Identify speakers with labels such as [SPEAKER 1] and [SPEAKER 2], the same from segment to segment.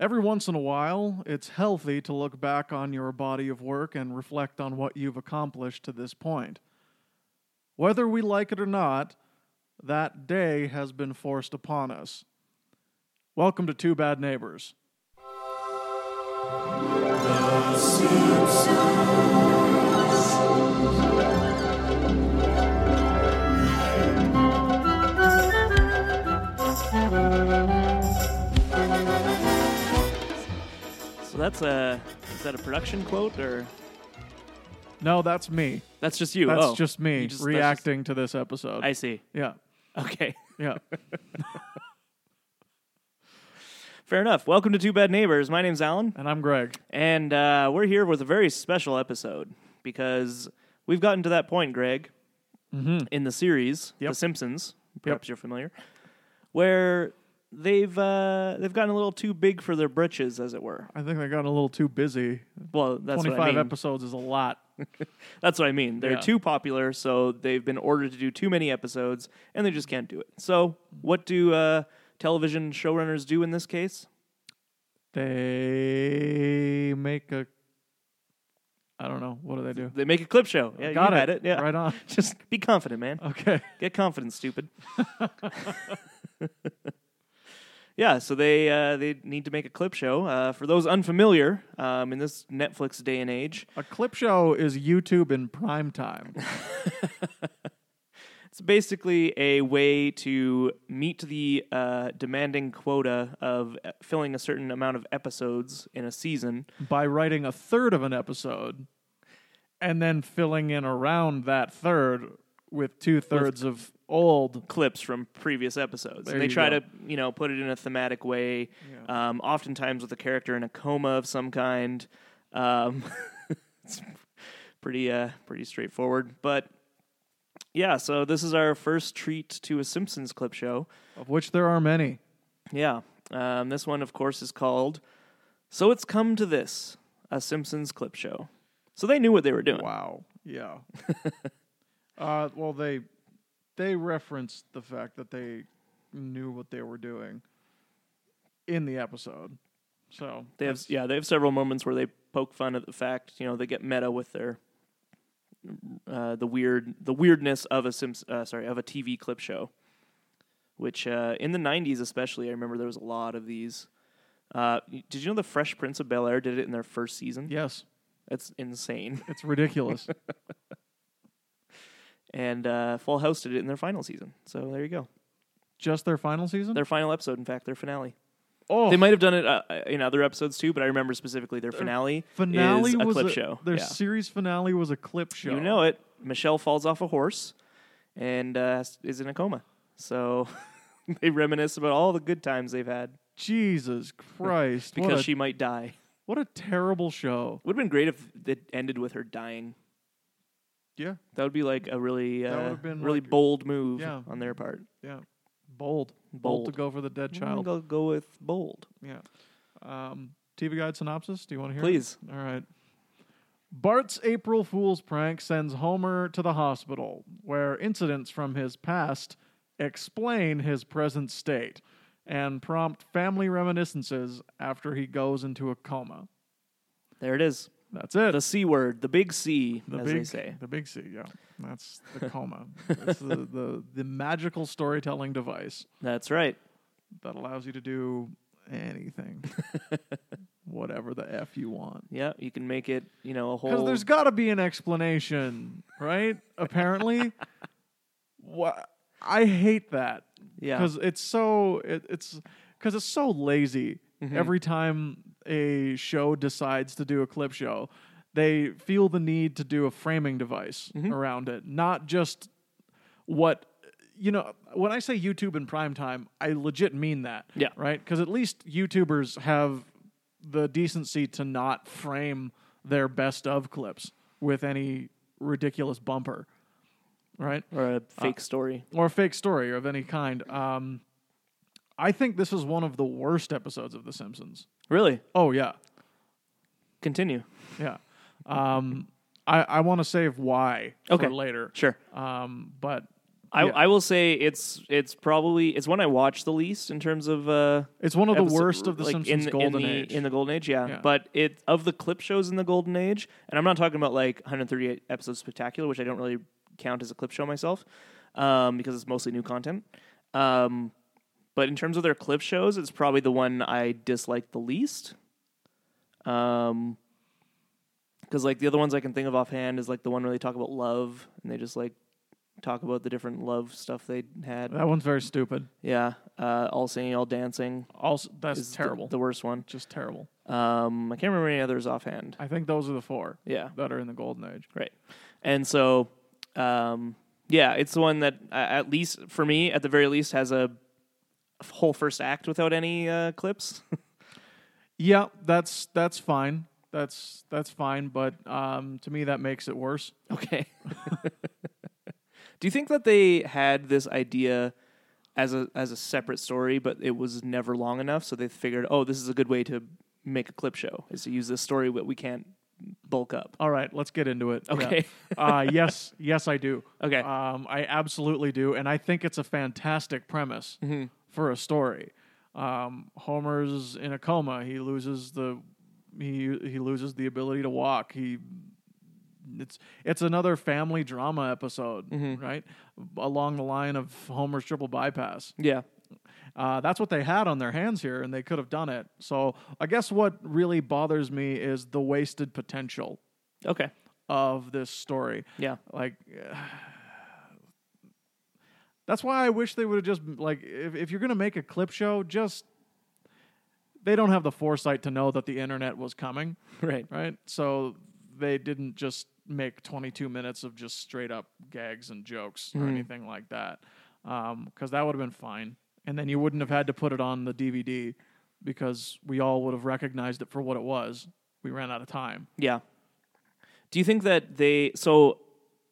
[SPEAKER 1] Every once in a while, it's healthy to look back on your body of work and reflect on what you've accomplished to this point. Whether we like it or not, that day has been forced upon us. Welcome to Two Bad Neighbors.
[SPEAKER 2] So that's a is that a production quote or
[SPEAKER 1] No, that's me.
[SPEAKER 2] that's just you?
[SPEAKER 1] That's
[SPEAKER 2] oh,
[SPEAKER 1] just me
[SPEAKER 2] You just- that's
[SPEAKER 1] reacting to this episode.
[SPEAKER 2] just- I see.
[SPEAKER 1] yeah,
[SPEAKER 2] Okay,
[SPEAKER 1] yeah.
[SPEAKER 2] fair enough. Welcome to Two Bad Neighbors. My name's Alan,
[SPEAKER 1] and I'm Greg.
[SPEAKER 2] and uh, we're here with a very special episode because we've gotten to that point, Greg, in the series
[SPEAKER 1] Mm-hmm. Yep.
[SPEAKER 2] The Simpsons. Perhaps you're familiar, where they've uh, they've gotten a little too big for their britches, as it were.
[SPEAKER 1] I think they got a little too busy.
[SPEAKER 2] Well, that's what
[SPEAKER 1] 25
[SPEAKER 2] I mean.
[SPEAKER 1] episodes is a lot.
[SPEAKER 2] That's what I mean. They're
[SPEAKER 1] Yeah.
[SPEAKER 2] too popular, so they've been ordered to do too many episodes, and they just can't do it. So, what do uh, television showrunners do in this case?
[SPEAKER 1] They make a. I don't know. What do they do?
[SPEAKER 2] They make a clip show. Yeah,
[SPEAKER 1] Got
[SPEAKER 2] you
[SPEAKER 1] it.
[SPEAKER 2] had it. Yeah,
[SPEAKER 1] Right Uh. on.
[SPEAKER 2] Just be confident, man.
[SPEAKER 1] Okay.
[SPEAKER 2] Get confident, stupid. yeah, so they uh, they need to make a clip show. Uh, for those unfamiliar, um, in this Netflix day and age,
[SPEAKER 1] A clip show is YouTube in prime time.
[SPEAKER 2] It's basically a way to meet the uh, demanding quota of uh, filling a certain amount of episodes in a season.
[SPEAKER 1] by writing a third of an episode and then filling in around that third with two thirds of old.
[SPEAKER 2] Clips from previous episodes.
[SPEAKER 1] There
[SPEAKER 2] and they
[SPEAKER 1] you
[SPEAKER 2] try
[SPEAKER 1] go.
[SPEAKER 2] to, you know, put it in a thematic way, um, oftentimes with a character in a coma of some kind. Um, it's pretty, uh, pretty straightforward. But yeah, so this is our first treat to a Simpsons clip show.
[SPEAKER 1] Of which there are many.
[SPEAKER 2] Yeah. Um, this one, of course, is called So It's Come to This, a Simpsons clip show. So they knew what they were doing.
[SPEAKER 1] Wow. Yeah. uh, well, they they referenced the fact that they knew what they were doing in the episode. So
[SPEAKER 2] They have, yeah, they have several moments where they poke fun at the fact, you know, they get meta with their. Uh, the weird, the weirdness of a Simps- uh, sorry, of a TV clip show, which uh, in the '90s especially, I remember there was a lot of these. Uh, did you know the Fresh Prince of Bel Air did it in their first season?
[SPEAKER 1] yes,
[SPEAKER 2] that's insane.
[SPEAKER 1] it's ridiculous.
[SPEAKER 2] And uh, Full House did it in their final season. So there you go.
[SPEAKER 1] Just their final season.
[SPEAKER 2] their final episode. In fact, their finale.
[SPEAKER 1] oh,
[SPEAKER 2] They might have done it uh, in other episodes too, but I remember specifically their finale.
[SPEAKER 1] finale
[SPEAKER 2] is a
[SPEAKER 1] was
[SPEAKER 2] clip show.
[SPEAKER 1] Their
[SPEAKER 2] Yeah.
[SPEAKER 1] series finale was a clip show.
[SPEAKER 2] You know it. Michelle falls off a horse and uh, is in a coma. So they reminisce about all the good times they've had
[SPEAKER 1] Jesus Christ! what
[SPEAKER 2] because
[SPEAKER 1] a
[SPEAKER 2] she might die.
[SPEAKER 1] What a terrible show.
[SPEAKER 2] Would have been great if it ended with her dying.
[SPEAKER 1] Yeah.
[SPEAKER 2] That would be like a really,
[SPEAKER 1] That would
[SPEAKER 2] uh,
[SPEAKER 1] have been
[SPEAKER 2] really
[SPEAKER 1] like-
[SPEAKER 2] bold move
[SPEAKER 1] Yeah.
[SPEAKER 2] on their part.
[SPEAKER 1] Yeah. Bold.
[SPEAKER 2] Bold.
[SPEAKER 1] to go for the dead
[SPEAKER 2] I'm
[SPEAKER 1] Mm, child.
[SPEAKER 2] gonna go with bold.
[SPEAKER 1] Yeah. Um, TV Guide synopsis. Do you want to hear? it?
[SPEAKER 2] Please.
[SPEAKER 1] All right. Bart's April Fool's prank sends Homer to the hospital, where incidents from his past explain his present state and prompt family reminiscences after he goes into a coma.
[SPEAKER 2] There it is.
[SPEAKER 1] That's it.
[SPEAKER 2] The C word, the big C,
[SPEAKER 1] the
[SPEAKER 2] as
[SPEAKER 1] big,
[SPEAKER 2] they say.
[SPEAKER 1] The big C, yeah. That's the coma. That's the, the, the magical storytelling device.
[SPEAKER 2] That's right.
[SPEAKER 1] that allows you to do anything, whatever the f you want.
[SPEAKER 2] Yeah, you can make it, you know, a
[SPEAKER 1] Because
[SPEAKER 2] whole.
[SPEAKER 1] there's got to be an explanation, right? Apparently, what I hate that
[SPEAKER 2] yeah,
[SPEAKER 1] because it's so it, it's because it's so lazy.
[SPEAKER 2] Mm-hmm.
[SPEAKER 1] Every time a show decides to do a clip show, they feel the need to do a framing device
[SPEAKER 2] Mm-hmm.
[SPEAKER 1] around it, not just what you know when i say youtube in prime time i legit mean that
[SPEAKER 2] Yeah.
[SPEAKER 1] right because at least youtubers have the decency to not frame their best of clips with any ridiculous bumper right
[SPEAKER 2] or a fake story.
[SPEAKER 1] or a fake story of any kind um i think this is one of the worst episodes of the simpsons
[SPEAKER 2] Really?
[SPEAKER 1] oh yeah
[SPEAKER 2] Continue.
[SPEAKER 1] yeah um i i want to save why
[SPEAKER 2] Okay.
[SPEAKER 1] for later
[SPEAKER 2] Sure.
[SPEAKER 1] um but
[SPEAKER 2] I,
[SPEAKER 1] Yeah.
[SPEAKER 2] I will say it's it's probably it's one I watch the least in terms of uh
[SPEAKER 1] It's one of the
[SPEAKER 2] episode-
[SPEAKER 1] worst of the
[SPEAKER 2] like,
[SPEAKER 1] Simpsons
[SPEAKER 2] in,
[SPEAKER 1] Golden
[SPEAKER 2] in the,
[SPEAKER 1] Age.
[SPEAKER 2] in the golden age yeah.
[SPEAKER 1] Yeah.
[SPEAKER 2] but it of the clip shows in the golden age and i'm not talking about like 138 episodes spectacular which i don't really count as a clip show myself um, because it's mostly new content um, but in terms of their clip shows it's probably the one i dislike the least um because like the other ones i can think of offhand is like the one where they talk about love and they just like talk about the different love stuff they had
[SPEAKER 1] that one's very stupid.
[SPEAKER 2] yeah uh, all singing all dancing
[SPEAKER 1] Also, that's
[SPEAKER 2] is the-
[SPEAKER 1] terrible.
[SPEAKER 2] the worst one
[SPEAKER 1] Just terrible.
[SPEAKER 2] um, I can't remember any others offhand.
[SPEAKER 1] I think those are the four
[SPEAKER 2] Yeah,
[SPEAKER 1] that are in the Golden Age.
[SPEAKER 2] right. And so, um, yeah, it's the one that uh, at least for me, at the very least, has a whole first act without any uh, clips.
[SPEAKER 1] Yeah, that's that's fine. That's that's fine, but um, to me that makes it worse.
[SPEAKER 2] okay. Do you think that they had this idea as a as a separate story, but it was never long enough, so they figured, oh, this is a good way to make a clip show is to use this story, but we can't bulk up.
[SPEAKER 1] All right, let's get into it. Yeah.
[SPEAKER 2] Okay.
[SPEAKER 1] uh, yes, yes, I do.
[SPEAKER 2] Okay.
[SPEAKER 1] Um, I absolutely do, and I think it's a fantastic premise
[SPEAKER 2] Mm-hmm.
[SPEAKER 1] for a story. Um, Homer's in a coma. He loses the he he loses the ability to walk. He it's it's another family drama episode,
[SPEAKER 2] Mm-hmm.
[SPEAKER 1] right? Along the line of Homer's triple bypass.
[SPEAKER 2] yeah.
[SPEAKER 1] Uh, that's what they had on their hands here, and they could have done it. So I guess what really bothers me is the wasted potential
[SPEAKER 2] Okay.
[SPEAKER 1] of this story.
[SPEAKER 2] Yeah.
[SPEAKER 1] Like, that's why I wish they would have just like if if you're gonna make a clip show, just they don't have the foresight to know that the internet was coming,
[SPEAKER 2] Right.
[SPEAKER 1] right? So they didn't just make 22 minutes of just straight up gags and jokes or anything like that, because that would have been fine. And then you wouldn't have had to put it on the DVD because we all would have recognized it for what it was. We ran out of time.
[SPEAKER 2] Yeah. Do you think that they so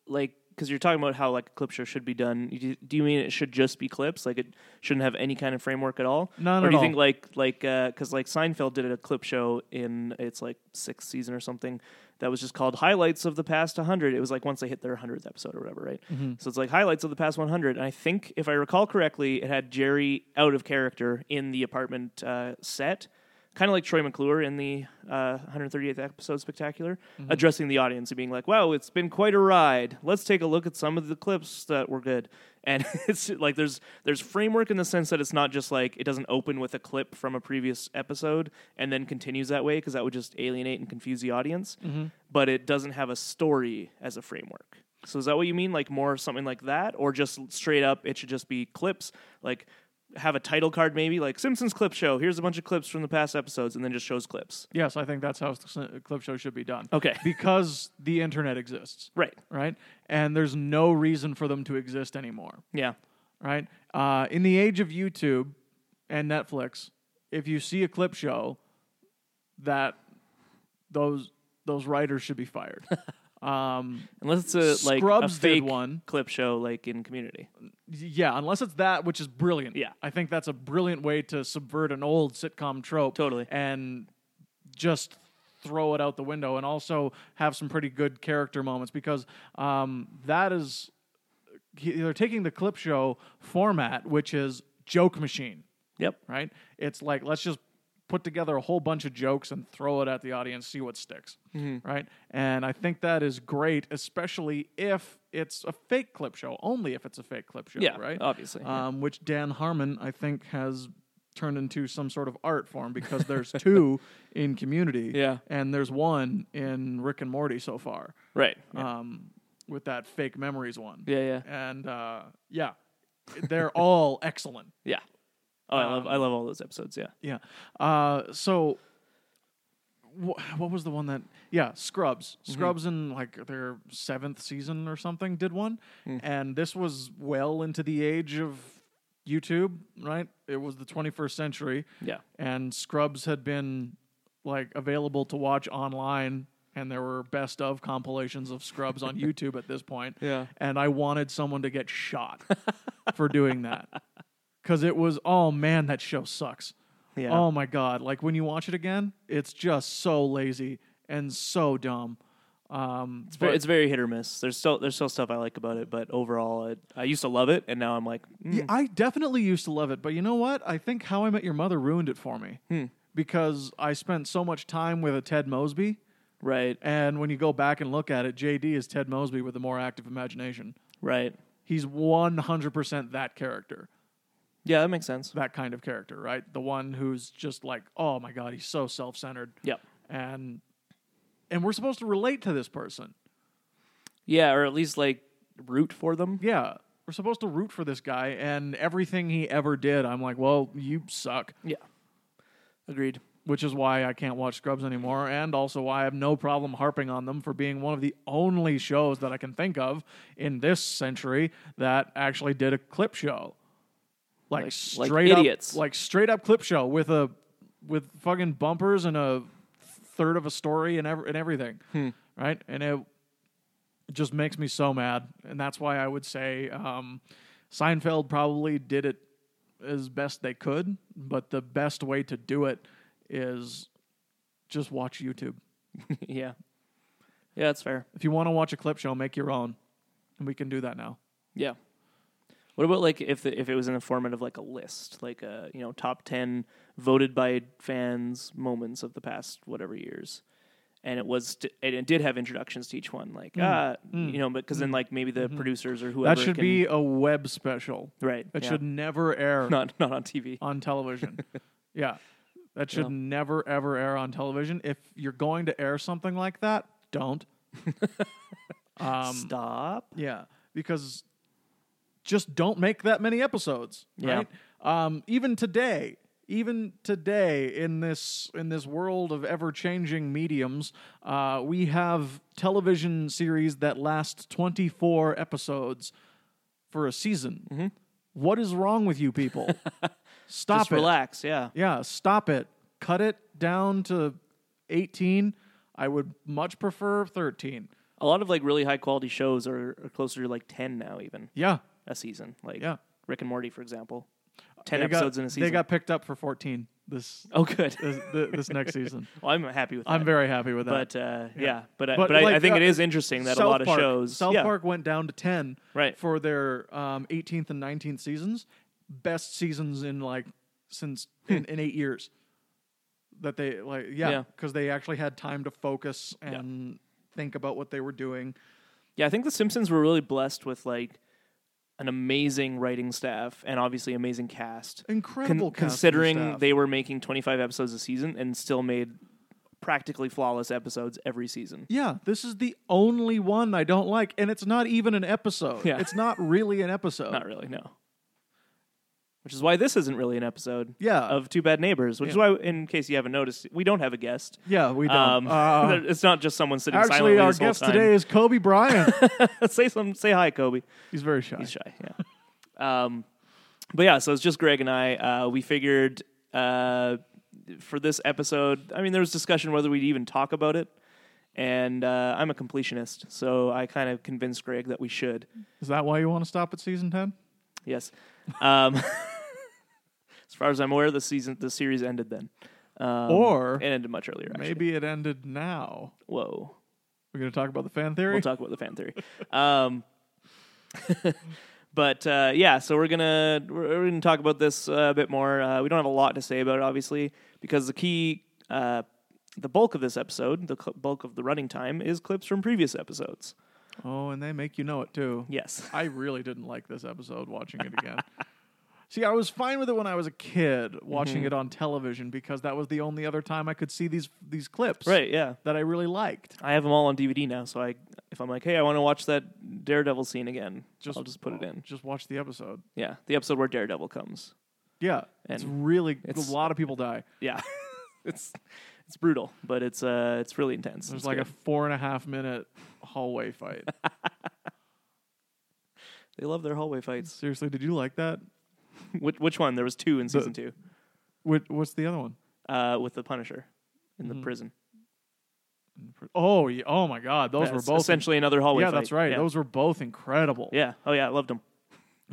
[SPEAKER 2] like because you're talking about how like a clip show should be done? you- Do, do you mean it should just be clips? Like it shouldn't have any kind of framework at all?
[SPEAKER 1] None
[SPEAKER 2] or
[SPEAKER 1] at
[SPEAKER 2] do you
[SPEAKER 1] all.
[SPEAKER 2] think like like because like Seinfeld did a clip show in its like sixth season or something that was just called highlights of the past 100 it was like once they hit their 100th episode or whatever right
[SPEAKER 1] Mm-hmm.
[SPEAKER 2] so it's like highlights of the past 100 and i think if i recall correctly it had jerry out of character in the apartment uh, set kind of like troy mcclure in the uh, 138th episode spectacular addressing the audience and being like wow it's been quite a ride let's take a look at some of the clips that were good and it's like there's there's framework in the sense that it's not just like it doesn't open with a clip from a previous episode and then continues that way because that would just alienate and confuse the audience but it doesn't have a story as a framework so is that what you mean like more something like that or just straight up it should just be clips like have a title card maybe like simpsons clip show here's a bunch of clips from the past episodes and then just shows clips
[SPEAKER 1] Yes, I think that's how s- a clip show should be done.
[SPEAKER 2] Okay.
[SPEAKER 1] Because the internet exists,
[SPEAKER 2] right
[SPEAKER 1] right? And there's no reason for them to exist anymore,
[SPEAKER 2] yeah
[SPEAKER 1] right? Uh, in the age of YouTube and Netflix, if you see a clip show, that those those writers should be fired. um,
[SPEAKER 2] unless it's a like
[SPEAKER 1] Scrubs
[SPEAKER 2] a
[SPEAKER 1] did
[SPEAKER 2] fake
[SPEAKER 1] one.
[SPEAKER 2] clip show like in community
[SPEAKER 1] yeah, unless it's that, which is brilliant.
[SPEAKER 2] Yeah.
[SPEAKER 1] I think that's a brilliant way to subvert an old sitcom trope.
[SPEAKER 2] Totally.
[SPEAKER 1] And just throw it out the window and also have some pretty good character moments because um, that is, they're taking the clip show format, which is joke machine
[SPEAKER 2] yep
[SPEAKER 1] right? It's like let's just put together a whole bunch of jokes and throw it at the audience, see what sticks,
[SPEAKER 2] Mm-hmm.
[SPEAKER 1] right? And I think that is great, especially if it's a fake clip show. Only if it's a fake clip show,
[SPEAKER 2] yeah
[SPEAKER 1] right?
[SPEAKER 2] obviously
[SPEAKER 1] Um, which Dan Harmon, I think, has turned into some sort of art form because there's two in Community,
[SPEAKER 2] Yeah.
[SPEAKER 1] and there's one in Rick and Morty so far,
[SPEAKER 2] right
[SPEAKER 1] um, with that fake memories one.
[SPEAKER 2] yeah yeah
[SPEAKER 1] And uh, yeah, they're all excellent.
[SPEAKER 2] yeah oh i love i
[SPEAKER 1] um,
[SPEAKER 2] love all those episodes yeah
[SPEAKER 1] Yeah. Uh, so, wh- what was the one that? Yeah, Scrubs. Scrubs in like their seventh season or something did one, and this was well into the age of YouTube. Right, it was the 21st century,
[SPEAKER 2] yeah
[SPEAKER 1] and Scrubs had been like available to watch online. And there were best of compilations of Scrubs on YouTube at this point.
[SPEAKER 2] Yeah.
[SPEAKER 1] And I wanted someone to get shot for doing that. Because it was, oh man, that show sucks.
[SPEAKER 2] yeah
[SPEAKER 1] Oh my god! Like when you watch it again, it's just so lazy and so dumb. Um,
[SPEAKER 2] It's
[SPEAKER 1] but-
[SPEAKER 2] very, it's very hit or miss. There's still there's still stuff I like about it, but overall, it, I used to love it, and now I'm like, mm,
[SPEAKER 1] Yeah, I definitely used to love it, but you know what? I think How I Met Your Mother ruined it for me
[SPEAKER 2] Hmm.
[SPEAKER 1] because I spent so much time with a Ted Mosby,
[SPEAKER 2] right,
[SPEAKER 1] and when you go back and look at it, JD is Ted Mosby with a more active imagination.
[SPEAKER 2] right,
[SPEAKER 1] He's one hundred percent that character,
[SPEAKER 2] yeah, that makes sense.
[SPEAKER 1] that kind of character, right? The one who's just like, oh my god, he's so self centered,
[SPEAKER 2] Yeah,
[SPEAKER 1] and and we're supposed to relate to this person.
[SPEAKER 2] yeah, or at least like root for them.
[SPEAKER 1] Yeah, we're supposed to root for this guy, and everything he ever did, I'm like, well, you suck.
[SPEAKER 2] Yeah, agreed.
[SPEAKER 1] which is why I can't watch Scrubs anymore, and also why I have no problem harping on them for being one of the only shows that I can think of in this century that actually did a clip show, like,
[SPEAKER 2] Like- like
[SPEAKER 1] straight up,
[SPEAKER 2] idiots.
[SPEAKER 1] like straight up clip show with a with fucking bumpers and a third of a story and ev- and everything, right? And it just makes me so mad, and that's why I would say um, Seinfeld probably did it as best they could, but the best way to do it is just watch YouTube.
[SPEAKER 2] yeah, yeah, that's fair.
[SPEAKER 1] If you want to watch a clip show, make your own, and we can do that now.
[SPEAKER 2] Yeah. What about like if if it was in the format of like a list, like a you know top ten voted by fans moments of the past whatever years, and it was t- and it did have introductions to each one,
[SPEAKER 1] Mm.
[SPEAKER 2] like ah you know because then like maybe the producers or whoever
[SPEAKER 1] Mm-hmm. that should
[SPEAKER 2] can-
[SPEAKER 1] be a web special.
[SPEAKER 2] right
[SPEAKER 1] That
[SPEAKER 2] yeah.
[SPEAKER 1] should never air
[SPEAKER 2] not not on TV
[SPEAKER 1] on television. yeah, that should never ever air on television. If you're going to air something like that, don't. um,
[SPEAKER 2] stop
[SPEAKER 1] Yeah, because just don't make that many episodes,
[SPEAKER 2] Yeah.
[SPEAKER 1] right? Um, even today, even today in this in this world of ever changing mediums, uh, we have television series that last twenty four episodes for a season. What is wrong with you people? Stop
[SPEAKER 2] Mm-hmm. just
[SPEAKER 1] it.
[SPEAKER 2] relax yeah
[SPEAKER 1] Yeah, stop it. Cut it down to eighteen. I would much prefer thirteen.
[SPEAKER 2] a lot of like really high quality shows are, are closer to like ten now even
[SPEAKER 1] Yeah,
[SPEAKER 2] a season like
[SPEAKER 1] Yeah.
[SPEAKER 2] Rick and Morty for example ten
[SPEAKER 1] They got-
[SPEAKER 2] episodes in a season
[SPEAKER 1] They got picked up for 14 this
[SPEAKER 2] oh good
[SPEAKER 1] this, th- this next season.
[SPEAKER 2] well, I'm happy with that.
[SPEAKER 1] I'm very happy with that.
[SPEAKER 2] But uh, yeah. but I,
[SPEAKER 1] But,
[SPEAKER 2] but, I, I
[SPEAKER 1] like,
[SPEAKER 2] think
[SPEAKER 1] uh,
[SPEAKER 2] it is interesting that a lot of
[SPEAKER 1] Park,
[SPEAKER 2] shows.
[SPEAKER 1] South
[SPEAKER 2] yeah,
[SPEAKER 1] Park went down to 10
[SPEAKER 2] Right.
[SPEAKER 1] for their um, 18th and 19th seasons. Best seasons in like since in, in 8 years. That they like yeah,
[SPEAKER 2] Hmm. Yeah.
[SPEAKER 1] cuz they actually had time to focus and think about what they were doing.
[SPEAKER 2] yeah. I think the Simpsons were really blessed with like an amazing writing staff and obviously amazing cast. Con-
[SPEAKER 1] Incredible cast and
[SPEAKER 2] considering
[SPEAKER 1] staff.
[SPEAKER 2] they were making 25 episodes a season and still made practically flawless episodes every season.
[SPEAKER 1] Yeah, this is the only one I don't like and it's not even an episode.
[SPEAKER 2] Yeah.
[SPEAKER 1] It's not really an episode.
[SPEAKER 2] Not really, no. Which is why this isn't really an episode.
[SPEAKER 1] Yeah.
[SPEAKER 2] Of Two Bad Neighbors, which is why, in case you haven't noticed, we don't have a guest.
[SPEAKER 1] yeah, we don't.
[SPEAKER 2] Um,
[SPEAKER 1] Uh,
[SPEAKER 2] it's not just someone sitting
[SPEAKER 1] Actually,
[SPEAKER 2] silently
[SPEAKER 1] our
[SPEAKER 2] this whole
[SPEAKER 1] guest
[SPEAKER 2] time.
[SPEAKER 1] today is Kobe Bryant.
[SPEAKER 2] say some, say hi, Kobe.
[SPEAKER 1] He's very shy.
[SPEAKER 2] He's shy. Yeah. um, but yeah, so it's just Greg and I. Uh, we figured uh, for this episode, I mean, there was discussion whether we'd even talk about it. And uh, I'm a completionist, so I kind of convinced Greg that we should.
[SPEAKER 1] Is that why you want to stop at season 10?
[SPEAKER 2] Yes. Um, as far as I'm aware, the season, the series ended then, um,
[SPEAKER 1] Or
[SPEAKER 2] it ended much earlier. Actually.
[SPEAKER 1] Maybe it ended now.
[SPEAKER 2] Whoa.
[SPEAKER 1] We're going to talk about the fan theory?
[SPEAKER 2] We'll talk about the fan theory. Um, but uh, yeah, so we're gonna we're, we're gonna talk about this uh, a bit more. Uh, we don't have a lot to say about it, obviously, because the key, uh, the bulk of this episode, the cl- bulk of the running time, is clips from previous episodes.
[SPEAKER 1] oh, and they make you know it too.
[SPEAKER 2] Yes.
[SPEAKER 1] I really didn't like this episode watching it again. See, I was fine with it when I was a kid watching
[SPEAKER 2] Mm-hmm.
[SPEAKER 1] it on television because that was the only other time I could see these these clips
[SPEAKER 2] Right. Yeah.
[SPEAKER 1] that I really liked.
[SPEAKER 2] I have them all on DVD now, so I if I'm like, hey, I want to watch that Daredevil scene again,
[SPEAKER 1] Just-
[SPEAKER 2] I'll just put it in.
[SPEAKER 1] Just watch the episode.
[SPEAKER 2] Yeah, the episode where Daredevil comes.
[SPEAKER 1] Yeah. it's
[SPEAKER 2] And
[SPEAKER 1] really
[SPEAKER 2] it's-
[SPEAKER 1] a lot of people die.
[SPEAKER 2] Yeah, it's it's brutal, but it's uh it's really intense.
[SPEAKER 1] There's
[SPEAKER 2] It's
[SPEAKER 1] like
[SPEAKER 2] good.
[SPEAKER 1] a four and a half minute hallway fight.
[SPEAKER 2] they love their hallway fights.
[SPEAKER 1] Seriously, did you like that?
[SPEAKER 2] Which, which one? There was two in season two
[SPEAKER 1] What, what's the other one?
[SPEAKER 2] uh, with the Punisher in
[SPEAKER 1] Mm-hmm.
[SPEAKER 2] the prison.
[SPEAKER 1] Oh, yeah. oh my God, those
[SPEAKER 2] That's
[SPEAKER 1] were both
[SPEAKER 2] essentially another hallway.
[SPEAKER 1] Yeah,
[SPEAKER 2] fight.
[SPEAKER 1] that's right.
[SPEAKER 2] Yeah.
[SPEAKER 1] Those were both incredible.
[SPEAKER 2] yeah. Oh yeah, I loved them.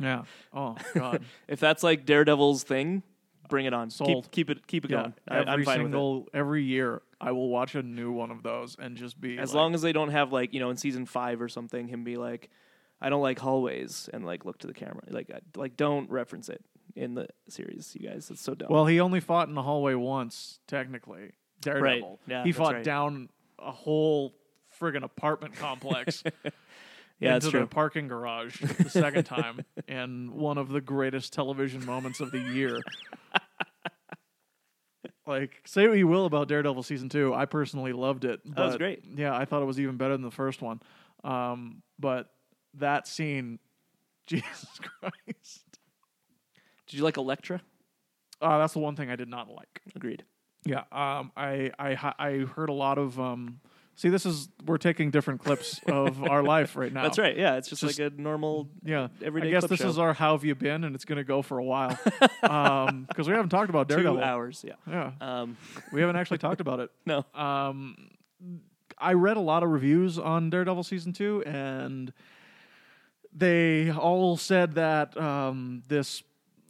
[SPEAKER 1] Yeah. Oh God.
[SPEAKER 2] If that's like Daredevil's thing, Bring it on.
[SPEAKER 1] Sold.
[SPEAKER 2] Keep keep it keep it
[SPEAKER 1] Yeah,
[SPEAKER 2] going. I,
[SPEAKER 1] every
[SPEAKER 2] I'm fine with it.
[SPEAKER 1] single every year, I will watch a new one of those and just be
[SPEAKER 2] As
[SPEAKER 1] like,
[SPEAKER 2] long as they don't have like you know in season five or something, him be like, "I don't like hallways," and like look to the camera, like I- like don't reference it in the series, you guys. It's so dumb.
[SPEAKER 1] Well, he only fought in the hallway once, technically. Daredevil.
[SPEAKER 2] Yeah,
[SPEAKER 1] he
[SPEAKER 2] that's
[SPEAKER 1] fought
[SPEAKER 2] right.
[SPEAKER 1] down a whole friggin' apartment complex
[SPEAKER 2] yeah,
[SPEAKER 1] into
[SPEAKER 2] that's
[SPEAKER 1] the
[SPEAKER 2] true.
[SPEAKER 1] parking garage the second time, and one of the greatest television moments of the year. like, say what you will about Daredevil season two, I personally loved it. But,
[SPEAKER 2] That was great.
[SPEAKER 1] Yeah, I thought it was even better than the first one. Um, but that scene, Jesus Christ,
[SPEAKER 2] Did you like Elektra?
[SPEAKER 1] uh, that's the one thing I did not like.
[SPEAKER 2] Agreed.
[SPEAKER 1] Yeah, um, I, I h- I heard a lot of. Um, see, this is we're taking different clips of our life right now.
[SPEAKER 2] That's right. Yeah, it's just,
[SPEAKER 1] Oh. Just-
[SPEAKER 2] like a normal.
[SPEAKER 1] Yeah,
[SPEAKER 2] Everyday
[SPEAKER 1] I guess
[SPEAKER 2] clip
[SPEAKER 1] this
[SPEAKER 2] show.
[SPEAKER 1] is our "How have you been?" and it's going to go for a while because we haven't talked about Daredevil.
[SPEAKER 2] Two hours, yeah.
[SPEAKER 1] Yeah,
[SPEAKER 2] Um,
[SPEAKER 1] we haven't actually talked about it.
[SPEAKER 2] no,
[SPEAKER 1] Um, I read a lot of reviews on Daredevil season two, and they all said that um, this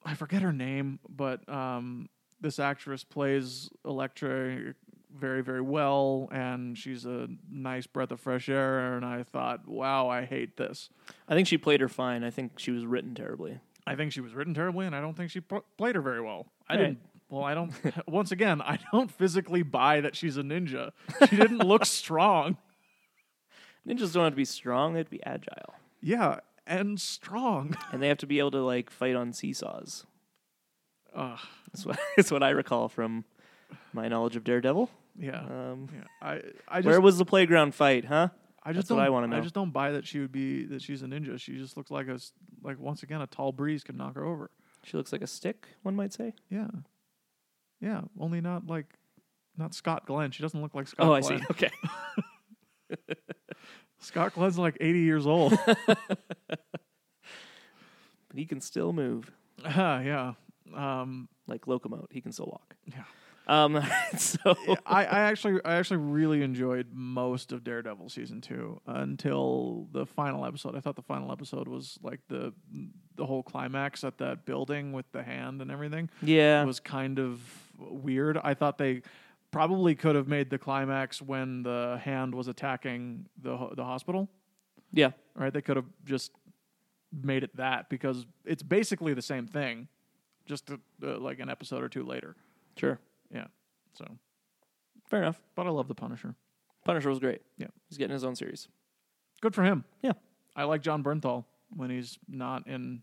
[SPEAKER 1] I forget her name, but um, this actress plays Elektra very very well, and she's a nice breath of fresh air. And I thought, wow, I hate this.
[SPEAKER 2] I think she played her fine. I think she was written terribly.
[SPEAKER 1] I think she was written terribly, and I don't think she pl- played her very well. I
[SPEAKER 2] Right.
[SPEAKER 1] didn't. Well, I don't. once again, I don't physically buy that she's a ninja. She didn't look strong.
[SPEAKER 2] Ninjas don't have to be strong; they have to be agile,
[SPEAKER 1] Yeah, and strong.
[SPEAKER 2] and they have to be able to like fight on seesaws.
[SPEAKER 1] Ugh,
[SPEAKER 2] That's what, that's what I recall from my knowledge of Daredevil.
[SPEAKER 1] yeah.
[SPEAKER 2] Um,
[SPEAKER 1] yeah. I I
[SPEAKER 2] Where
[SPEAKER 1] just
[SPEAKER 2] was the playground fight, huh?
[SPEAKER 1] I just
[SPEAKER 2] that's what
[SPEAKER 1] don't
[SPEAKER 2] I wanna know.
[SPEAKER 1] just don't buy that she would be that she's a ninja. She just looks like a s- like once again a tall breeze could knock her over.
[SPEAKER 2] She looks like a stick, one might say.
[SPEAKER 1] Yeah. Yeah, only not like not Scott Glenn. She doesn't look like Scott
[SPEAKER 2] Oh, I
[SPEAKER 1] Glenn.
[SPEAKER 2] see. Okay.
[SPEAKER 1] Scott Glenn's like 80 years old.
[SPEAKER 2] But he can still move
[SPEAKER 1] Ah, yeah. Um
[SPEAKER 2] like locomote. He can still walk.
[SPEAKER 1] Yeah.
[SPEAKER 2] Um, so
[SPEAKER 1] I, I actually I actually really enjoyed most of Daredevil season two until the final episode. I thought the final episode was like the the whole climax at that building with the hand and everything
[SPEAKER 2] yeah,
[SPEAKER 1] was kind of weird. I thought they probably could have made the climax when the hand was attacking the ho- the hospital.
[SPEAKER 2] yeah.
[SPEAKER 1] Right? They could have just made it that because it's basically the same thing, just uh, like an episode or two later.
[SPEAKER 2] Sure.
[SPEAKER 1] Yeah. So,
[SPEAKER 2] Fair enough.
[SPEAKER 1] but I love the Punisher.
[SPEAKER 2] Punisher was great.
[SPEAKER 1] Yeah.
[SPEAKER 2] He's getting his own series.
[SPEAKER 1] Good for him.
[SPEAKER 2] Yeah.
[SPEAKER 1] I like John Bernthal when he's not in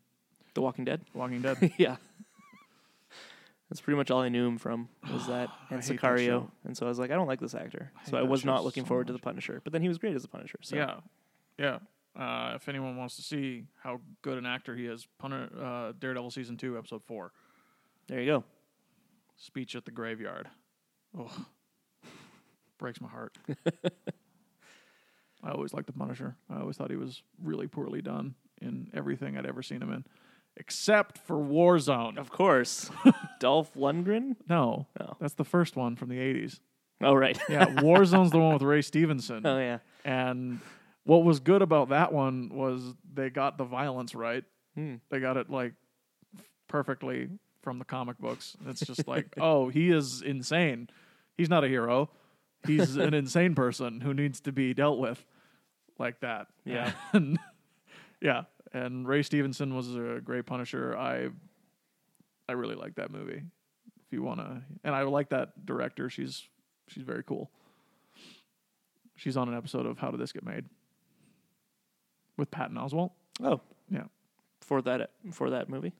[SPEAKER 2] The Walking Dead.
[SPEAKER 1] Walking Dead.
[SPEAKER 2] yeah. That's pretty much all I knew him from was that and
[SPEAKER 1] hate that
[SPEAKER 2] Sicario.
[SPEAKER 1] show.
[SPEAKER 2] and so I was like, I don't like this actor.
[SPEAKER 1] hate
[SPEAKER 2] so I
[SPEAKER 1] that
[SPEAKER 2] was
[SPEAKER 1] show
[SPEAKER 2] not looking
[SPEAKER 1] so
[SPEAKER 2] forward to the Punisher. But then he was great as the Punisher. So
[SPEAKER 1] yeah, yeah. Uh, if anyone wants to see how good an actor he is, Punter, uh, Daredevil season two, episode four,
[SPEAKER 2] there you go.
[SPEAKER 1] speech at the graveyard. Oh, breaks my heart. I always liked the Punisher. I always thought he was really poorly done in everything I'd ever seen him in, except for Warzone.
[SPEAKER 2] Of course. Dolph Lundgren?
[SPEAKER 1] No,
[SPEAKER 2] Oh.
[SPEAKER 1] that's the first one from the '80s.
[SPEAKER 2] Oh right.
[SPEAKER 1] Yeah, Warzone's the one with Ray Stevenson.
[SPEAKER 2] oh yeah.
[SPEAKER 1] And what was good about that one was they got the violence right.
[SPEAKER 2] Hmm.
[SPEAKER 1] They got it like perfectly from the comic books. It's just like, oh, he is insane. He's not a hero. He's an insane person who needs to be dealt with like that.
[SPEAKER 2] Yeah.
[SPEAKER 1] And, yeah. And Ray Stevenson was a great Punisher. I I really like that movie. If you want to and I like that director. She's she's very cool. She's on an episode of How Did This Get Made with Patton Oswalt.
[SPEAKER 2] Oh.
[SPEAKER 1] Yeah.
[SPEAKER 2] For that for that movie.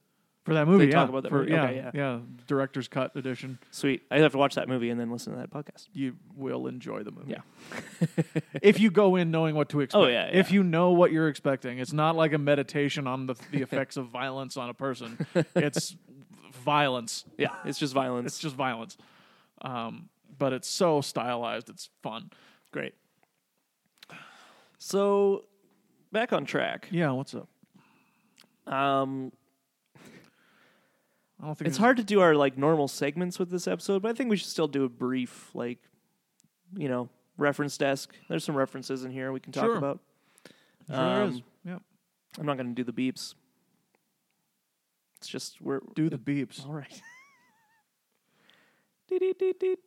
[SPEAKER 1] For that movie,
[SPEAKER 2] They
[SPEAKER 1] yeah.
[SPEAKER 2] talk about that
[SPEAKER 1] For-
[SPEAKER 2] movie.
[SPEAKER 1] Yeah,
[SPEAKER 2] Okay, yeah.
[SPEAKER 1] Director's cut edition.
[SPEAKER 2] Sweet. I'd have to watch that movie and then listen to that podcast.
[SPEAKER 1] You will enjoy the movie.
[SPEAKER 2] Yeah.
[SPEAKER 1] if you go in knowing what to expect.
[SPEAKER 2] Oh, yeah,
[SPEAKER 1] If
[SPEAKER 2] yeah.
[SPEAKER 1] you know what you're expecting, it's not like a meditation on the the effects of violence on a person. It's violence.
[SPEAKER 2] Yeah. It's
[SPEAKER 1] It's
[SPEAKER 2] just violence.
[SPEAKER 1] just violence. Um, but it's so stylized. It's fun.
[SPEAKER 2] Great. So back on track.
[SPEAKER 1] Yeah. What's up?
[SPEAKER 2] Um
[SPEAKER 1] I don't think there's-
[SPEAKER 2] it's hard to do our like normal segments with this episode, but I think we should still do a brief like you know, reference desk. There's some references in here we can talk
[SPEAKER 1] Sure.
[SPEAKER 2] about.
[SPEAKER 1] Sure there
[SPEAKER 2] um,
[SPEAKER 1] is. Yep.
[SPEAKER 2] I'm not going to do the beeps. It's just we're
[SPEAKER 1] Do the beeps.
[SPEAKER 2] all right. Dee, dee, dee, dee.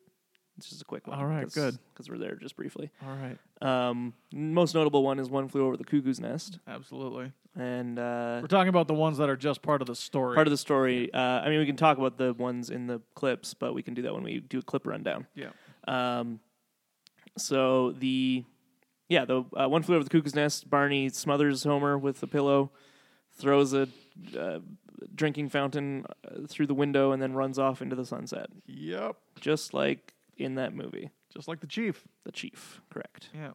[SPEAKER 2] It's just a quick one.
[SPEAKER 1] All right, good.
[SPEAKER 2] Because we're there just briefly.
[SPEAKER 1] All right.
[SPEAKER 2] Um, most notable one is One Flew Over the Cuckoo's Nest.
[SPEAKER 1] Absolutely.
[SPEAKER 2] And uh,
[SPEAKER 1] We're talking about the ones that are just part of the story.
[SPEAKER 2] part of the story, uh, I mean, we can talk about the ones in the clips, but we can do that when we do a clip rundown.
[SPEAKER 1] yeah.
[SPEAKER 2] Um, so the yeah, the uh, one flew over the cuckoo's nest. Barney smothers Homer with a pillow, throws a uh, drinking fountain uh, through the window, and then runs off into the sunset,
[SPEAKER 1] Yep.
[SPEAKER 2] just like in that movie,
[SPEAKER 1] Just like the chief.
[SPEAKER 2] The Chief. Correct.
[SPEAKER 1] Yeah.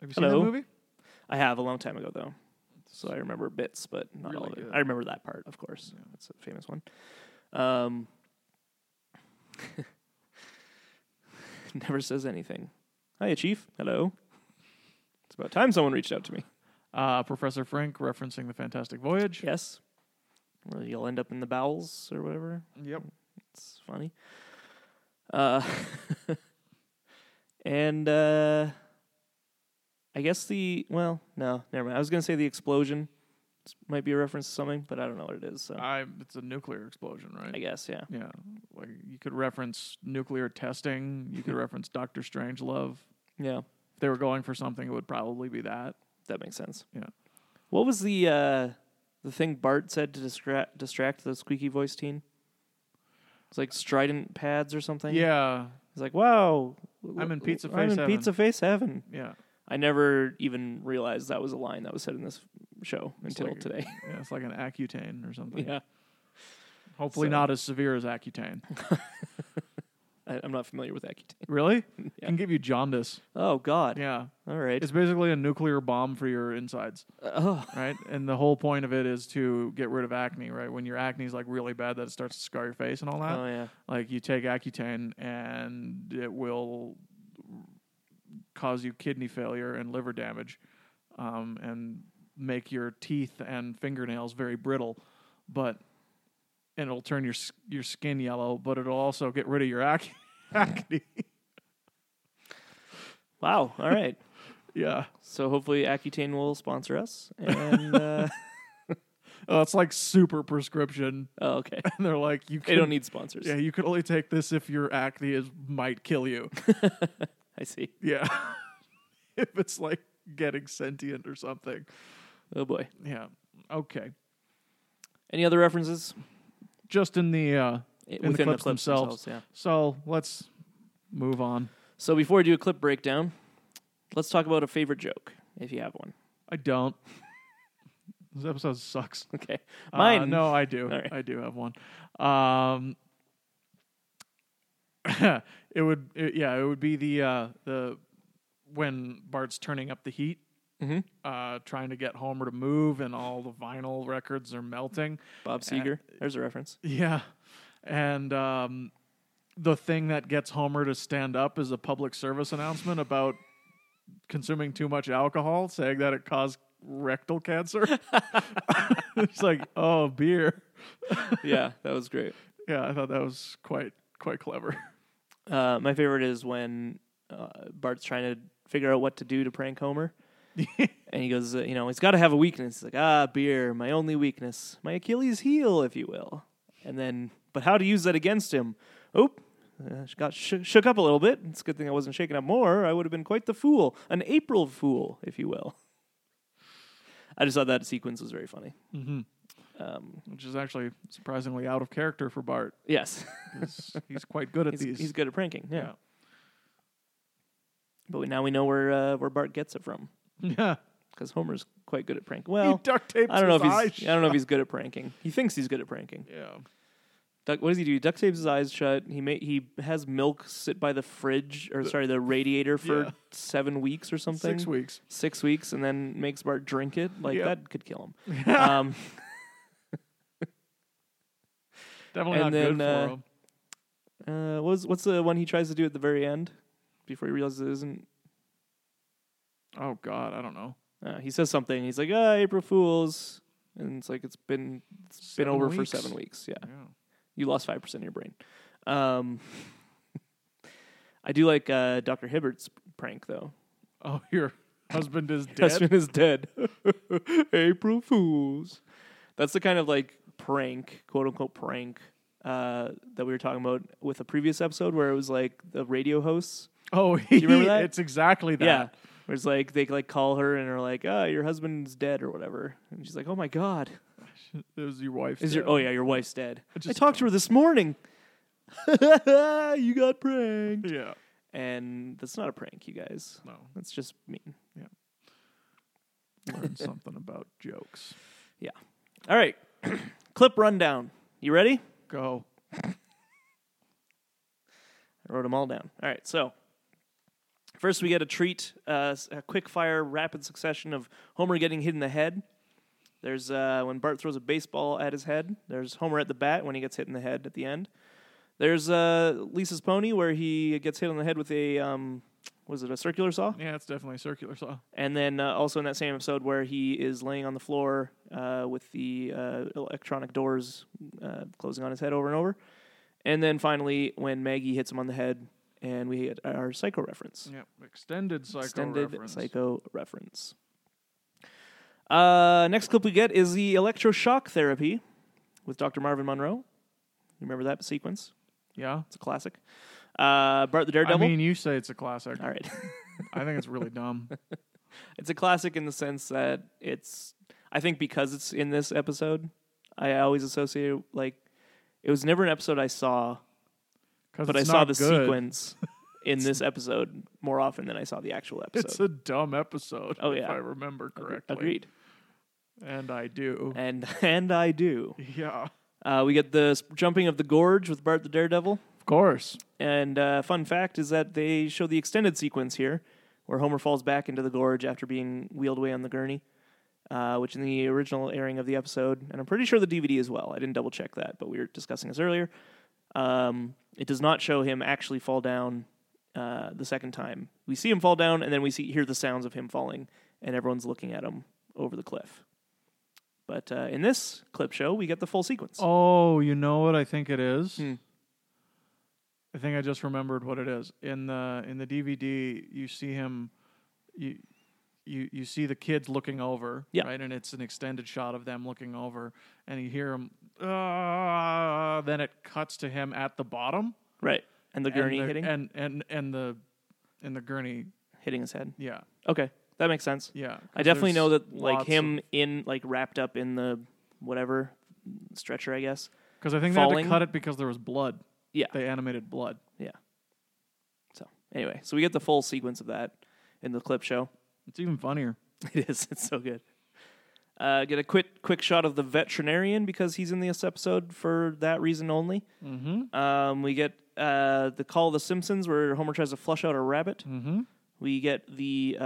[SPEAKER 1] Have you seen
[SPEAKER 2] Hello.
[SPEAKER 1] that movie?
[SPEAKER 2] I have a long time ago though, so I remember bits, but not
[SPEAKER 1] Really
[SPEAKER 2] all of it.
[SPEAKER 1] good.
[SPEAKER 2] I remember that part, of course. It's a famous one. Um, never says anything. Hiya, Chief. Hello. It's about time someone reached out to me.
[SPEAKER 1] Uh, Professor Frank referencing the Fantastic Voyage.
[SPEAKER 2] Yes. Well, you'll end up in the bowels or whatever.
[SPEAKER 1] Yep.
[SPEAKER 2] It's funny. Uh, and uh, I guess the well, no, never mind. I was gonna say the explosion s- might be a reference to something, but I don't know what it is. So
[SPEAKER 1] I, it's a nuclear explosion, right?
[SPEAKER 2] I guess yeah.
[SPEAKER 1] Yeah. Like you could reference nuclear testing. You could reference Doctor Strangelove.
[SPEAKER 2] Yeah,
[SPEAKER 1] If they were going for something, it would probably be that.
[SPEAKER 2] that makes sense.
[SPEAKER 1] Yeah.
[SPEAKER 2] What was the uh, the thing Bart said to distra- distract the squeaky voice teen? It's like strident pads or something.
[SPEAKER 1] Yeah.
[SPEAKER 2] It's like wow.
[SPEAKER 1] I'm in pizza
[SPEAKER 2] I'm
[SPEAKER 1] face
[SPEAKER 2] in
[SPEAKER 1] heaven.
[SPEAKER 2] pizza face heaven.
[SPEAKER 1] Yeah.
[SPEAKER 2] I never even realized that was a line that was said in this show
[SPEAKER 1] It's
[SPEAKER 2] until
[SPEAKER 1] like-
[SPEAKER 2] today.
[SPEAKER 1] yeah. It's like an Accutane or something.
[SPEAKER 2] yeah,
[SPEAKER 1] Hopefully
[SPEAKER 2] So-
[SPEAKER 1] not as severe as Accutane.
[SPEAKER 2] I, I'm not familiar with Accutane.
[SPEAKER 1] really?
[SPEAKER 2] Yeah.
[SPEAKER 1] Can give you jaundice.
[SPEAKER 2] Oh God!
[SPEAKER 1] Yeah.
[SPEAKER 2] All right.
[SPEAKER 1] It's basically a nuclear bomb for your insides,
[SPEAKER 2] oh,
[SPEAKER 1] right? and the whole point of it is to get rid of acne, right? When your acne's like really bad that it starts to scar your face and all that.
[SPEAKER 2] oh yeah.
[SPEAKER 1] Like you take Accutane and it will cause you kidney failure and liver damage, um, and make your teeth and fingernails very brittle, but and it'll turn your s- your skin yellow, but it'll also get rid of your ac- acne.
[SPEAKER 2] Wow. All right.
[SPEAKER 1] yeah,
[SPEAKER 2] so hopefully Accutane will sponsor us. And uh,
[SPEAKER 1] oh, it's like super prescription,
[SPEAKER 2] oh, okay,
[SPEAKER 1] and they're like you.
[SPEAKER 2] they
[SPEAKER 1] Can,
[SPEAKER 2] don't need sponsors.
[SPEAKER 1] Yeah, you can only take this if your acne is might kill you.
[SPEAKER 2] I see.
[SPEAKER 1] yeah, if it's like getting sentient or something.
[SPEAKER 2] Oh boy.
[SPEAKER 1] Yeah. Okay.
[SPEAKER 2] Any other references
[SPEAKER 1] Just in the uh
[SPEAKER 2] I-
[SPEAKER 1] in the clips themselves.
[SPEAKER 2] Yeah.
[SPEAKER 1] So let's move on.
[SPEAKER 2] So before I do a clip breakdown, let's talk about a favorite joke if you have one.
[SPEAKER 1] I don't. this episode sucks.
[SPEAKER 2] Okay.
[SPEAKER 1] Uh,
[SPEAKER 2] Mine.
[SPEAKER 1] no, I do.
[SPEAKER 2] All right.
[SPEAKER 1] I do have one. Um it would it- yeah, it would be the uh the when Bart's turning up the heat
[SPEAKER 2] Mhm.
[SPEAKER 1] uh trying to get Homer to move and all the vinyl records are melting.
[SPEAKER 2] Bob Seger. There's a reference.
[SPEAKER 1] Yeah. And um, the thing that gets Homer to stand up is a public service announcement about consuming too much alcohol, saying that it caused rectal cancer. it's like, oh, beer.
[SPEAKER 2] yeah, that was great.
[SPEAKER 1] Yeah, I thought that was quite quite clever.
[SPEAKER 2] Uh, my favorite is when uh, Bart's trying to figure out what to do to prank Homer. and he goes, uh, you know, he's got to have a weakness. He's like, ah, beer, my only weakness, my Achilles heel, if you will. And then, but how to use that against him? Oop, uh, got sh- shook up a little bit. It's a good thing I wasn't shaken up more. or I would have been quite the fool, an April fool, if you will. I just thought that sequence was very funny.
[SPEAKER 1] Mhm.
[SPEAKER 2] Um,
[SPEAKER 1] Which is actually surprisingly out of character for Bart.
[SPEAKER 2] yes,
[SPEAKER 1] 'cause He's quite good at
[SPEAKER 2] he's,
[SPEAKER 1] these.
[SPEAKER 2] he's good at pranking. Yeah,
[SPEAKER 1] Yeah.
[SPEAKER 2] but we, now we know where uh, where Bart gets it from.
[SPEAKER 1] Yeah.
[SPEAKER 2] because Homer's quite good at prank.
[SPEAKER 1] He
[SPEAKER 2] Well,
[SPEAKER 1] duct tapes
[SPEAKER 2] I don't know if
[SPEAKER 1] his eyes
[SPEAKER 2] he's I don't know if he's good at pranking. He thinks he's good at pranking.
[SPEAKER 1] shut. Yeah.
[SPEAKER 2] Duck, what does he do? He duct tapes his eyes shut. He ma- he has milk sit by the fridge or sorry the radiator for
[SPEAKER 1] Yeah.
[SPEAKER 2] seven weeks or something.
[SPEAKER 1] Six weeks.
[SPEAKER 2] Six weeks, and then makes Bart drink it. Like
[SPEAKER 1] Yeah.
[SPEAKER 2] that could kill him. um,
[SPEAKER 1] Definitely
[SPEAKER 2] And
[SPEAKER 1] not
[SPEAKER 2] then,
[SPEAKER 1] good
[SPEAKER 2] uh,
[SPEAKER 1] for him.
[SPEAKER 2] uh, what was, what's the one he tries to do at the very end before he realizes it isn't?
[SPEAKER 1] Oh God, I don't know.
[SPEAKER 2] Uh, he says something. He's like, "Ah, April Fools," and it's like it's been it's been
[SPEAKER 1] Seven
[SPEAKER 2] over for
[SPEAKER 1] weeks.
[SPEAKER 2] seven weeks. Yeah.
[SPEAKER 1] Yeah.
[SPEAKER 2] You lost five percent of your brain. Um, I do like uh, Doctor Hibbert's prank though.
[SPEAKER 1] Oh, your husband is dead.
[SPEAKER 2] Husband is dead. April Fools. That's the kind of like prank, quote unquote prank, uh, that we were talking about with a previous episode, where it was like the radio hosts.
[SPEAKER 1] Oh,
[SPEAKER 2] remember that?
[SPEAKER 1] it's exactly that.
[SPEAKER 2] Yeah. Where it's like they like call her and are like, "Oh, your husband's dead" or whatever, and she's like, "Oh my god,
[SPEAKER 1] It was your wife.
[SPEAKER 2] is your oh yeah, your wife's dead." I,
[SPEAKER 1] just-
[SPEAKER 2] talked to her this morning. you got pranked,
[SPEAKER 1] Yeah.
[SPEAKER 2] and that's not a prank, you guys.
[SPEAKER 1] No.
[SPEAKER 2] That's just mean.
[SPEAKER 1] Learn something about jokes.
[SPEAKER 2] All right, clip rundown. You ready?
[SPEAKER 1] Go.
[SPEAKER 2] I wrote them all down. All right, so first we get a treat, uh, s- a quick fire, rapid succession of Homer getting hit in the head. There's uh, when Bart throws a baseball at his head. There's Homer at the bat when he gets hit in the head at the end. There's uh, Lisa's pony where he gets hit on the head with a um, was it a circular saw?
[SPEAKER 1] Yeah, it's definitely a circular saw.
[SPEAKER 2] And then uh, also in that same episode where he is laying on the floor uh, with the uh, electronic doors uh, closing on his head over and over. And then finally when Maggie hits him on the head and we get our psycho reference.
[SPEAKER 1] Yep. Extended psycho
[SPEAKER 2] Extended
[SPEAKER 1] reference.
[SPEAKER 2] psycho reference. Uh, next clip we get is the electroshock therapy with Dr. Marvin Monroe. You remember that sequence?
[SPEAKER 1] yeah.
[SPEAKER 2] It's a classic. Uh, Bart the Daredevil.
[SPEAKER 1] I mean, you say it's a classic.
[SPEAKER 2] All right.
[SPEAKER 1] I think it's really dumb.
[SPEAKER 2] It's a classic in the sense that it's. I think because it's in this episode, I always associate it, like it was never an episode I saw,
[SPEAKER 1] 'Cause
[SPEAKER 2] but I
[SPEAKER 1] it's
[SPEAKER 2] saw
[SPEAKER 1] not
[SPEAKER 2] the
[SPEAKER 1] good.
[SPEAKER 2] sequence in this episode more often than I saw the actual
[SPEAKER 1] It's
[SPEAKER 2] episode.
[SPEAKER 1] a dumb episode.
[SPEAKER 2] Oh,
[SPEAKER 1] If
[SPEAKER 2] yeah.
[SPEAKER 1] I remember correctly.
[SPEAKER 2] Agreed,
[SPEAKER 1] And I do.
[SPEAKER 2] and and I do.
[SPEAKER 1] Yeah.
[SPEAKER 2] Uh, we get the sp- jumping of the gorge with Bart the Daredevil,
[SPEAKER 1] Of course.
[SPEAKER 2] and uh, fun fact is that they show the extended sequence here, where Homer falls back into the gorge after being wheeled away on the gurney. Uh, which in the original airing of the episode, and I'm pretty sure the DVD as well. I didn't double check that, but we were discussing this earlier. Um, it does not show him actually fall down uh, the second time. We see him fall down, and then we see hear the sounds of him falling, and everyone's looking at him over the cliff. But uh, in this clip show, we get the full sequence.
[SPEAKER 1] Oh, you know what I think it is?
[SPEAKER 2] Hmm.
[SPEAKER 1] I think I just remembered what it is. In the in the DVD, you see him you you you see the kids looking over,
[SPEAKER 2] Yeah.
[SPEAKER 1] right? And it's an extended shot of them looking over and you hear him ah, then it cuts to him at the bottom.
[SPEAKER 2] Right. And the
[SPEAKER 1] and
[SPEAKER 2] gurney
[SPEAKER 1] the-
[SPEAKER 2] hitting
[SPEAKER 1] and and and the and the gurney,
[SPEAKER 2] hitting his head.
[SPEAKER 1] yeah.
[SPEAKER 2] Okay. That makes sense.
[SPEAKER 1] Yeah.
[SPEAKER 2] I definitely know that like
[SPEAKER 1] lots
[SPEAKER 2] him in like wrapped up in the whatever stretcher, I guess.
[SPEAKER 1] because I think they had
[SPEAKER 2] falling.
[SPEAKER 1] to cut it because there was blood.
[SPEAKER 2] Yeah.
[SPEAKER 1] They animated blood.
[SPEAKER 2] So anyway, so we get the full sequence of that in the clip show.
[SPEAKER 1] It's even funnier.
[SPEAKER 2] It is. It's so good. Uh, get a quick quick shot of the veterinarian because he's in this episode for that reason only.
[SPEAKER 1] Mm-hmm.
[SPEAKER 2] Um, we get uh, the call of the Simpsons where Homer tries to flush out a rabbit.
[SPEAKER 1] Mm-hmm.
[SPEAKER 2] We get the uh,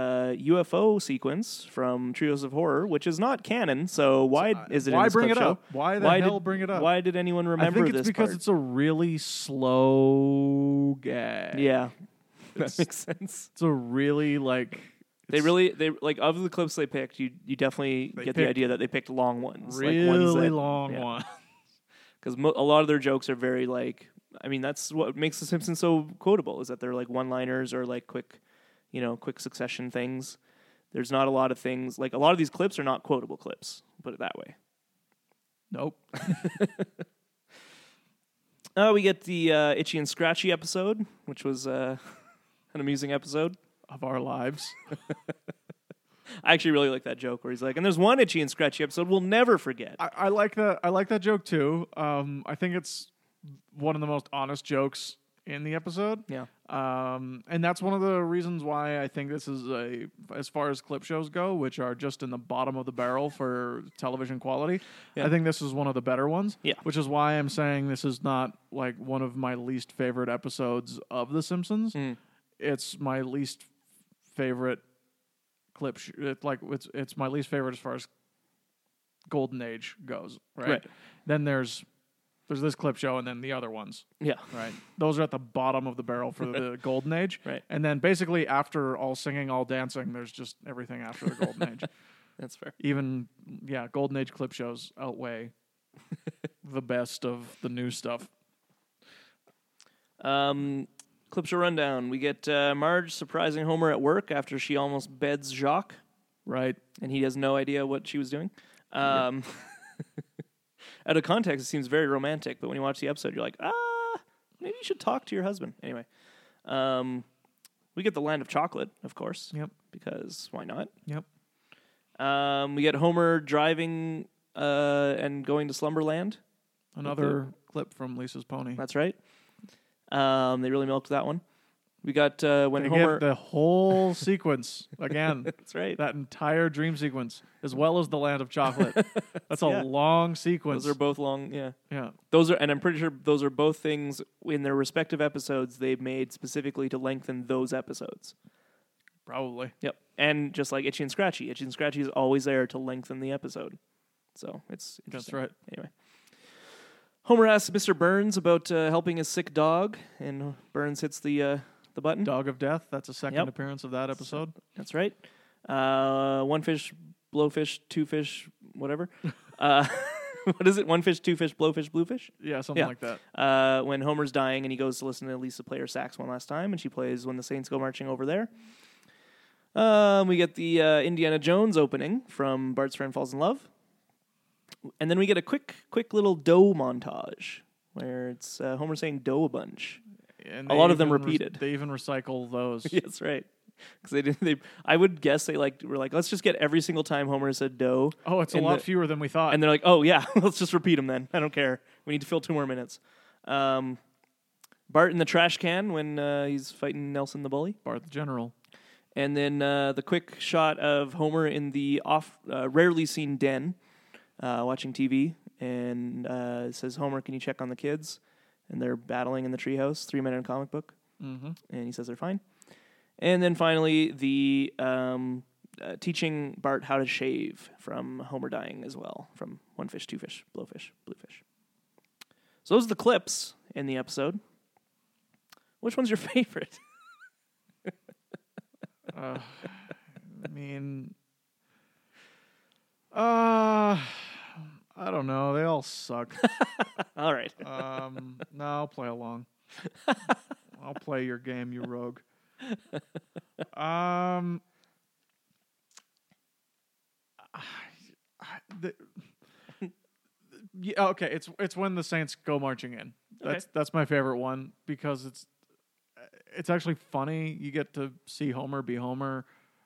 [SPEAKER 2] UFO sequence from Trios of Horror, which is not canon. So why is it? in
[SPEAKER 1] why
[SPEAKER 2] this
[SPEAKER 1] bring
[SPEAKER 2] clip
[SPEAKER 1] it
[SPEAKER 2] show?
[SPEAKER 1] up? Why the hell
[SPEAKER 2] did,
[SPEAKER 1] bring it up?
[SPEAKER 2] Why did anyone
[SPEAKER 1] I
[SPEAKER 2] remember
[SPEAKER 1] think it's
[SPEAKER 2] this?
[SPEAKER 1] because
[SPEAKER 2] part?
[SPEAKER 1] it's a really slow gag.
[SPEAKER 2] yeah, that makes sense.
[SPEAKER 1] It's a really like
[SPEAKER 2] They
[SPEAKER 1] it's
[SPEAKER 2] really they like of the clips they picked. You you definitely
[SPEAKER 1] They
[SPEAKER 2] get the
[SPEAKER 1] picked
[SPEAKER 2] idea that they picked long ones,
[SPEAKER 1] really
[SPEAKER 2] like ones that,
[SPEAKER 1] long
[SPEAKER 2] yeah.
[SPEAKER 1] one.
[SPEAKER 2] because mo- a lot of their jokes are very like. I mean, that's what makes The Simpsons so quotable is that they're like one-liners or like quick, you know, quick succession things. There's not a lot of things like a lot of these clips are not quotable clips. Put it that way.
[SPEAKER 1] Nope.
[SPEAKER 2] Uh, we get the uh, Itchy and Scratchy episode, which was uh, an amusing episode.
[SPEAKER 1] Of our lives.
[SPEAKER 2] I actually really like that joke where he's like, and there's one Itchy and Scratchy episode we'll never forget.
[SPEAKER 1] I, I like that. I like that joke too. Um, I think it's one of the most honest jokes in the episode.
[SPEAKER 2] Yeah.
[SPEAKER 1] Um, and that's one of the reasons why I think this is a, as far as clip shows go, which are just in the bottom of the barrel for television quality.
[SPEAKER 2] Yeah.
[SPEAKER 1] I think this is one of the better ones.
[SPEAKER 2] Yeah.
[SPEAKER 1] Which is why I'm saying this is not like one of my least favorite episodes of The Simpsons.
[SPEAKER 2] Mm.
[SPEAKER 1] It's my least favorite clip. Sh- it, like it's it's my least favorite as far as Golden Age goes.
[SPEAKER 2] Right.
[SPEAKER 1] right. Then there's there's this clip show and then the other ones
[SPEAKER 2] Yeah.
[SPEAKER 1] right? Those are at the bottom of the barrel for the golden age.
[SPEAKER 2] Right.
[SPEAKER 1] And then basically after all singing, all dancing, there's just everything after the golden age.
[SPEAKER 2] That's fair.
[SPEAKER 1] Even yeah, golden age clip shows outweigh the best of the new stuff.
[SPEAKER 2] Um, clip show rundown. We get uh, Marge surprising Homer at work after she almost beds Jacques,
[SPEAKER 1] Right.
[SPEAKER 2] and he has no idea what she was doing. Um, out of context, it seems very romantic, but when you watch the episode, you're like, ah, maybe you should talk to your husband. Anyway, um, we get the land of chocolate, of course,
[SPEAKER 1] Yep.
[SPEAKER 2] because why not?
[SPEAKER 1] Yep.
[SPEAKER 2] Um, we get Homer driving uh, and going to Slumberland.
[SPEAKER 1] Another clip from Lisa's Pony.
[SPEAKER 2] That's right. Um, they really milked that one. We got uh, when
[SPEAKER 1] They
[SPEAKER 2] Homer.
[SPEAKER 1] give the whole sequence again.
[SPEAKER 2] that's right.
[SPEAKER 1] That entire dream sequence, as well as the land of chocolate. That's a
[SPEAKER 2] Yeah.
[SPEAKER 1] long sequence.
[SPEAKER 2] Those are both long. Yeah.
[SPEAKER 1] yeah.
[SPEAKER 2] Those are, and I'm pretty sure those are both things in their respective episodes they made specifically to lengthen those episodes.
[SPEAKER 1] Probably.
[SPEAKER 2] Yep. And just like Itchy and Scratchy, Itchy and Scratchy is always there to lengthen the episode. So it's
[SPEAKER 1] That's
[SPEAKER 2] interesting.
[SPEAKER 1] right.
[SPEAKER 2] Anyway, Homer asks Mr. Burns about uh, helping his sick dog, and Burns hits the uh, the button.
[SPEAKER 1] Dog of Death. That's a second
[SPEAKER 2] Yep.
[SPEAKER 1] appearance of that episode.
[SPEAKER 2] That's right. Uh, one fish, blowfish, two fish, whatever. uh, what is it? One fish, two fish, blowfish, bluefish.
[SPEAKER 1] Yeah, something
[SPEAKER 2] Yeah.
[SPEAKER 1] like that.
[SPEAKER 2] Uh, when Homer's dying and he goes to listen to Lisa play her sax one last time, and she plays "When the Saints Go Marching Over There." Um, we get the uh, Indiana Jones opening from Bart's Friend Falls in Love, and then we get a quick, quick little dough montage where it's uh, Homer saying "dough" a bunch.
[SPEAKER 1] And
[SPEAKER 2] A
[SPEAKER 1] they
[SPEAKER 2] lot of them
[SPEAKER 1] even rec-
[SPEAKER 2] repeated.
[SPEAKER 1] they even recycle those.
[SPEAKER 2] Yes, right. Because they did. They, I would guess they like were like, let's just get every single time Homer said dough.
[SPEAKER 1] Oh, it's a
[SPEAKER 2] in
[SPEAKER 1] lot
[SPEAKER 2] the-
[SPEAKER 1] fewer than we thought.
[SPEAKER 2] and they're like, oh yeah, let's just repeat them then. I don't care. We need to fill two more minutes. Um, Bart in the trash can when uh, he's fighting Nelson the bully,
[SPEAKER 1] Bart the General.
[SPEAKER 2] and then uh, the quick shot of Homer in the off uh, rarely seen den, uh, watching TV, and uh, it says, Homer, can you check on the kids? And they're battling in the treehouse. Three men in a comic book
[SPEAKER 1] Mm-hmm.
[SPEAKER 2] and he says they're fine. And then finally, the um, uh, teaching Bart how to shave from Homer dying as well, from one fish, two fish, blowfish, bluefish. So those are the clips in the episode. Which one's your favorite?
[SPEAKER 1] Uh, I mean, uh, I don't know. They all suck.
[SPEAKER 2] All right,
[SPEAKER 1] Um, no, I'll play along. I'll play your game, you rogue. Um, I- I- the- yeah, okay. It's it's when the Saints go marching in. That's that's my favorite one because it's it's actually funny. You get to see Homer be Homer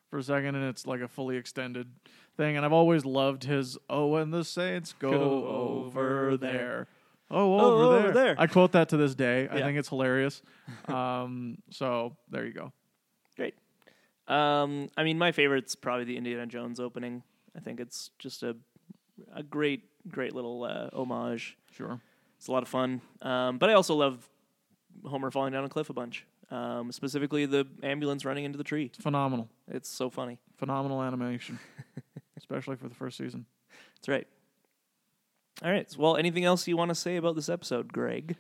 [SPEAKER 1] for a second, and it's like a fully extended thing. And I've always loved his "Oh, and the Saints go,
[SPEAKER 2] Go
[SPEAKER 1] over
[SPEAKER 2] over
[SPEAKER 1] there." Oh,
[SPEAKER 2] Oh,
[SPEAKER 1] over,
[SPEAKER 2] over
[SPEAKER 1] there.
[SPEAKER 2] there.
[SPEAKER 1] I quote that to this day. I
[SPEAKER 2] Yeah.
[SPEAKER 1] think it's hilarious. Um, so there you go.
[SPEAKER 2] great. Um, I mean, my favorite's probably the Indiana Jones opening. I think it's just a a great, great little uh, homage.
[SPEAKER 1] Sure.
[SPEAKER 2] It's a lot of fun. Um, but I also love Homer falling down a cliff a bunch. Um, specifically, the ambulance running into the tree.
[SPEAKER 1] Phenomenal.
[SPEAKER 2] It's so funny.
[SPEAKER 1] Phenomenal animation, especially for the first season.
[SPEAKER 2] That's right. All right. Well, anything else you want to say about this episode, Greg?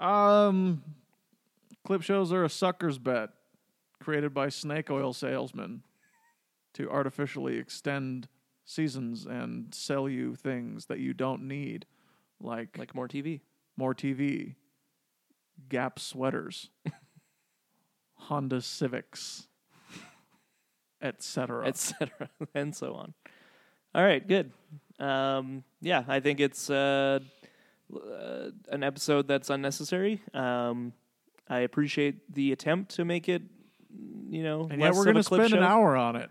[SPEAKER 1] Um, clip shows are a sucker's bet created by snake oil salesmen to artificially extend seasons and sell you things that you don't need, like,
[SPEAKER 2] Like more TV.
[SPEAKER 1] more TV, Gap sweaters, Honda Civics, etc.
[SPEAKER 2] etc. and so on. All right, good. Um, yeah, I think it's uh, uh, an episode that's unnecessary. Um, I appreciate the attempt to make it, you know,
[SPEAKER 1] And yet
[SPEAKER 2] less
[SPEAKER 1] we're
[SPEAKER 2] of a
[SPEAKER 1] going to
[SPEAKER 2] clip
[SPEAKER 1] spend an
[SPEAKER 2] show.
[SPEAKER 1] hour on it.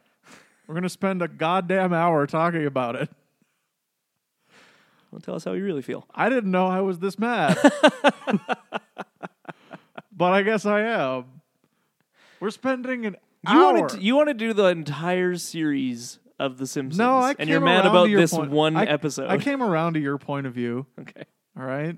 [SPEAKER 1] We're going to spend a goddamn hour talking about it.
[SPEAKER 2] Well, tell us how you really feel.
[SPEAKER 1] I didn't know I was this mad. but I guess I am. We're spending an
[SPEAKER 2] You
[SPEAKER 1] hour.
[SPEAKER 2] want to you want to do the entire series of The Simpsons?
[SPEAKER 1] no, I
[SPEAKER 2] and
[SPEAKER 1] came
[SPEAKER 2] you're mad
[SPEAKER 1] around
[SPEAKER 2] about
[SPEAKER 1] to your
[SPEAKER 2] this
[SPEAKER 1] point.
[SPEAKER 2] one
[SPEAKER 1] I-
[SPEAKER 2] episode.
[SPEAKER 1] I came around to your point of view.
[SPEAKER 2] Okay,
[SPEAKER 1] All right,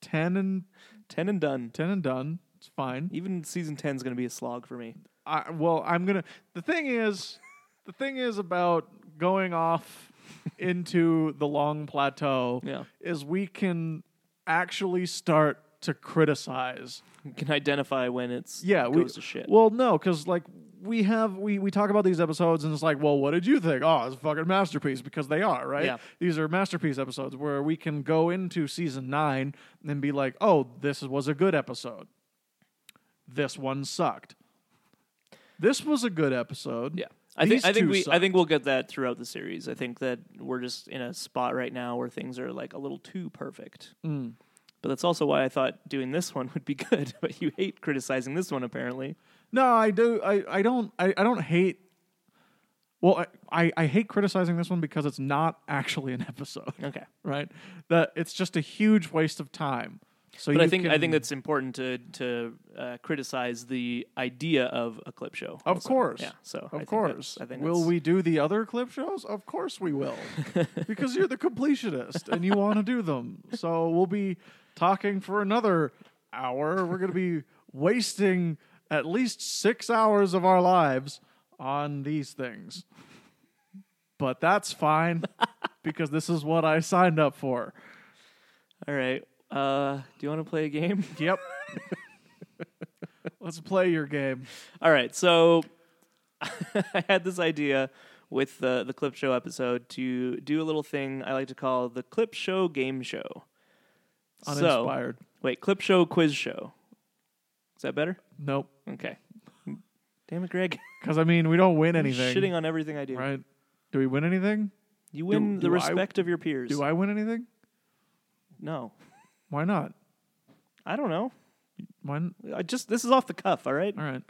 [SPEAKER 1] ten and
[SPEAKER 2] ten and done.
[SPEAKER 1] ten and done. It's fine.
[SPEAKER 2] Even season ten is going to be a slog for me.
[SPEAKER 1] I, well, I'm gonna. The thing is, the thing is about going off into the long plateau
[SPEAKER 2] Yeah.
[SPEAKER 1] is we can actually start to criticize.
[SPEAKER 2] You can identify when it's
[SPEAKER 1] Yeah,
[SPEAKER 2] goes
[SPEAKER 1] we,
[SPEAKER 2] to shit.
[SPEAKER 1] Well, no, because like we have we we talk about these episodes and it's like, well, what did you think? Oh, it's a fucking masterpiece because they are right.
[SPEAKER 2] Yeah.
[SPEAKER 1] These are masterpiece episodes where we can go into season nine and be like, oh, this was a good episode. This one sucked. This was a good episode.
[SPEAKER 2] yeah, I think
[SPEAKER 1] These
[SPEAKER 2] I think
[SPEAKER 1] two
[SPEAKER 2] we I
[SPEAKER 1] sucked.
[SPEAKER 2] think we'll get that throughout the series. I think that we're just in a spot right now where things are like a little too perfect.
[SPEAKER 1] Mm.
[SPEAKER 2] But that's also why I thought doing this one would be good. But you hate criticizing this one apparently.
[SPEAKER 1] No, I do. I, I don't. I, I don't hate. Well, I, I, I hate criticizing this one because it's not actually an episode,
[SPEAKER 2] Okay.
[SPEAKER 1] right? That it's just a huge waste of time. So
[SPEAKER 2] But
[SPEAKER 1] you
[SPEAKER 2] I think I
[SPEAKER 1] can-
[SPEAKER 2] think that's important to to uh, criticize the idea of a clip show.
[SPEAKER 1] Of
[SPEAKER 2] also.
[SPEAKER 1] course.
[SPEAKER 2] yeah. So I
[SPEAKER 1] Of
[SPEAKER 2] think
[SPEAKER 1] course.
[SPEAKER 2] that's- I think
[SPEAKER 1] will
[SPEAKER 2] that's-
[SPEAKER 1] we do the other clip shows? Of course we will. because you're the completionist and you want to do them. So we'll be talking for another hour. We're going to be wasting at least 6 hours of our lives on these things. But that's fine because this is what I signed up for.
[SPEAKER 2] All right. Uh, do you want to play a game?
[SPEAKER 1] Yep. Let's play your game.
[SPEAKER 2] All right, so I had this idea with the the clip show episode to do a little thing I like to call the clip show game show. So-
[SPEAKER 1] Uninspired.
[SPEAKER 2] wait, clip show quiz show. Is that better?
[SPEAKER 1] Nope.
[SPEAKER 2] Okay. Damn it, Greg!
[SPEAKER 1] Cuz I mean, we don't win
[SPEAKER 2] You're
[SPEAKER 1] anything.
[SPEAKER 2] Shitting on everything I do.
[SPEAKER 1] Right? Do we win anything?
[SPEAKER 2] You win the
[SPEAKER 1] do I-
[SPEAKER 2] respect of your peers.
[SPEAKER 1] Do I win anything?
[SPEAKER 2] No,
[SPEAKER 1] Why not?
[SPEAKER 2] I don't know.
[SPEAKER 1] Why? n-
[SPEAKER 2] I just this is off the cuff. All right.
[SPEAKER 1] All right.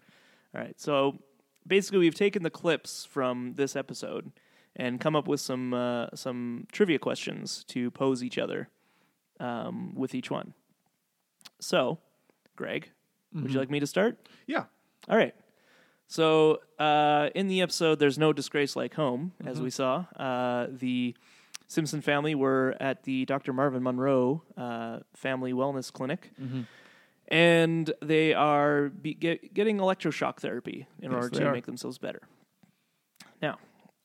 [SPEAKER 2] All right. So basically, we've taken the clips from this episode and come up with some uh, some trivia questions to pose each other um, with each one. So, Greg, would you like me to start?
[SPEAKER 1] Yeah.
[SPEAKER 2] All right. So uh, in the episode, there's no disgrace like home, as
[SPEAKER 1] Mm-hmm.
[SPEAKER 2] we saw. Uh, the Simpson family were at the Dr. Marvin Monroe uh, Family Wellness Clinic,
[SPEAKER 1] Mm-hmm.
[SPEAKER 2] and they are be- get, getting electroshock therapy in order
[SPEAKER 1] they
[SPEAKER 2] to
[SPEAKER 1] are.
[SPEAKER 2] make themselves better. Now,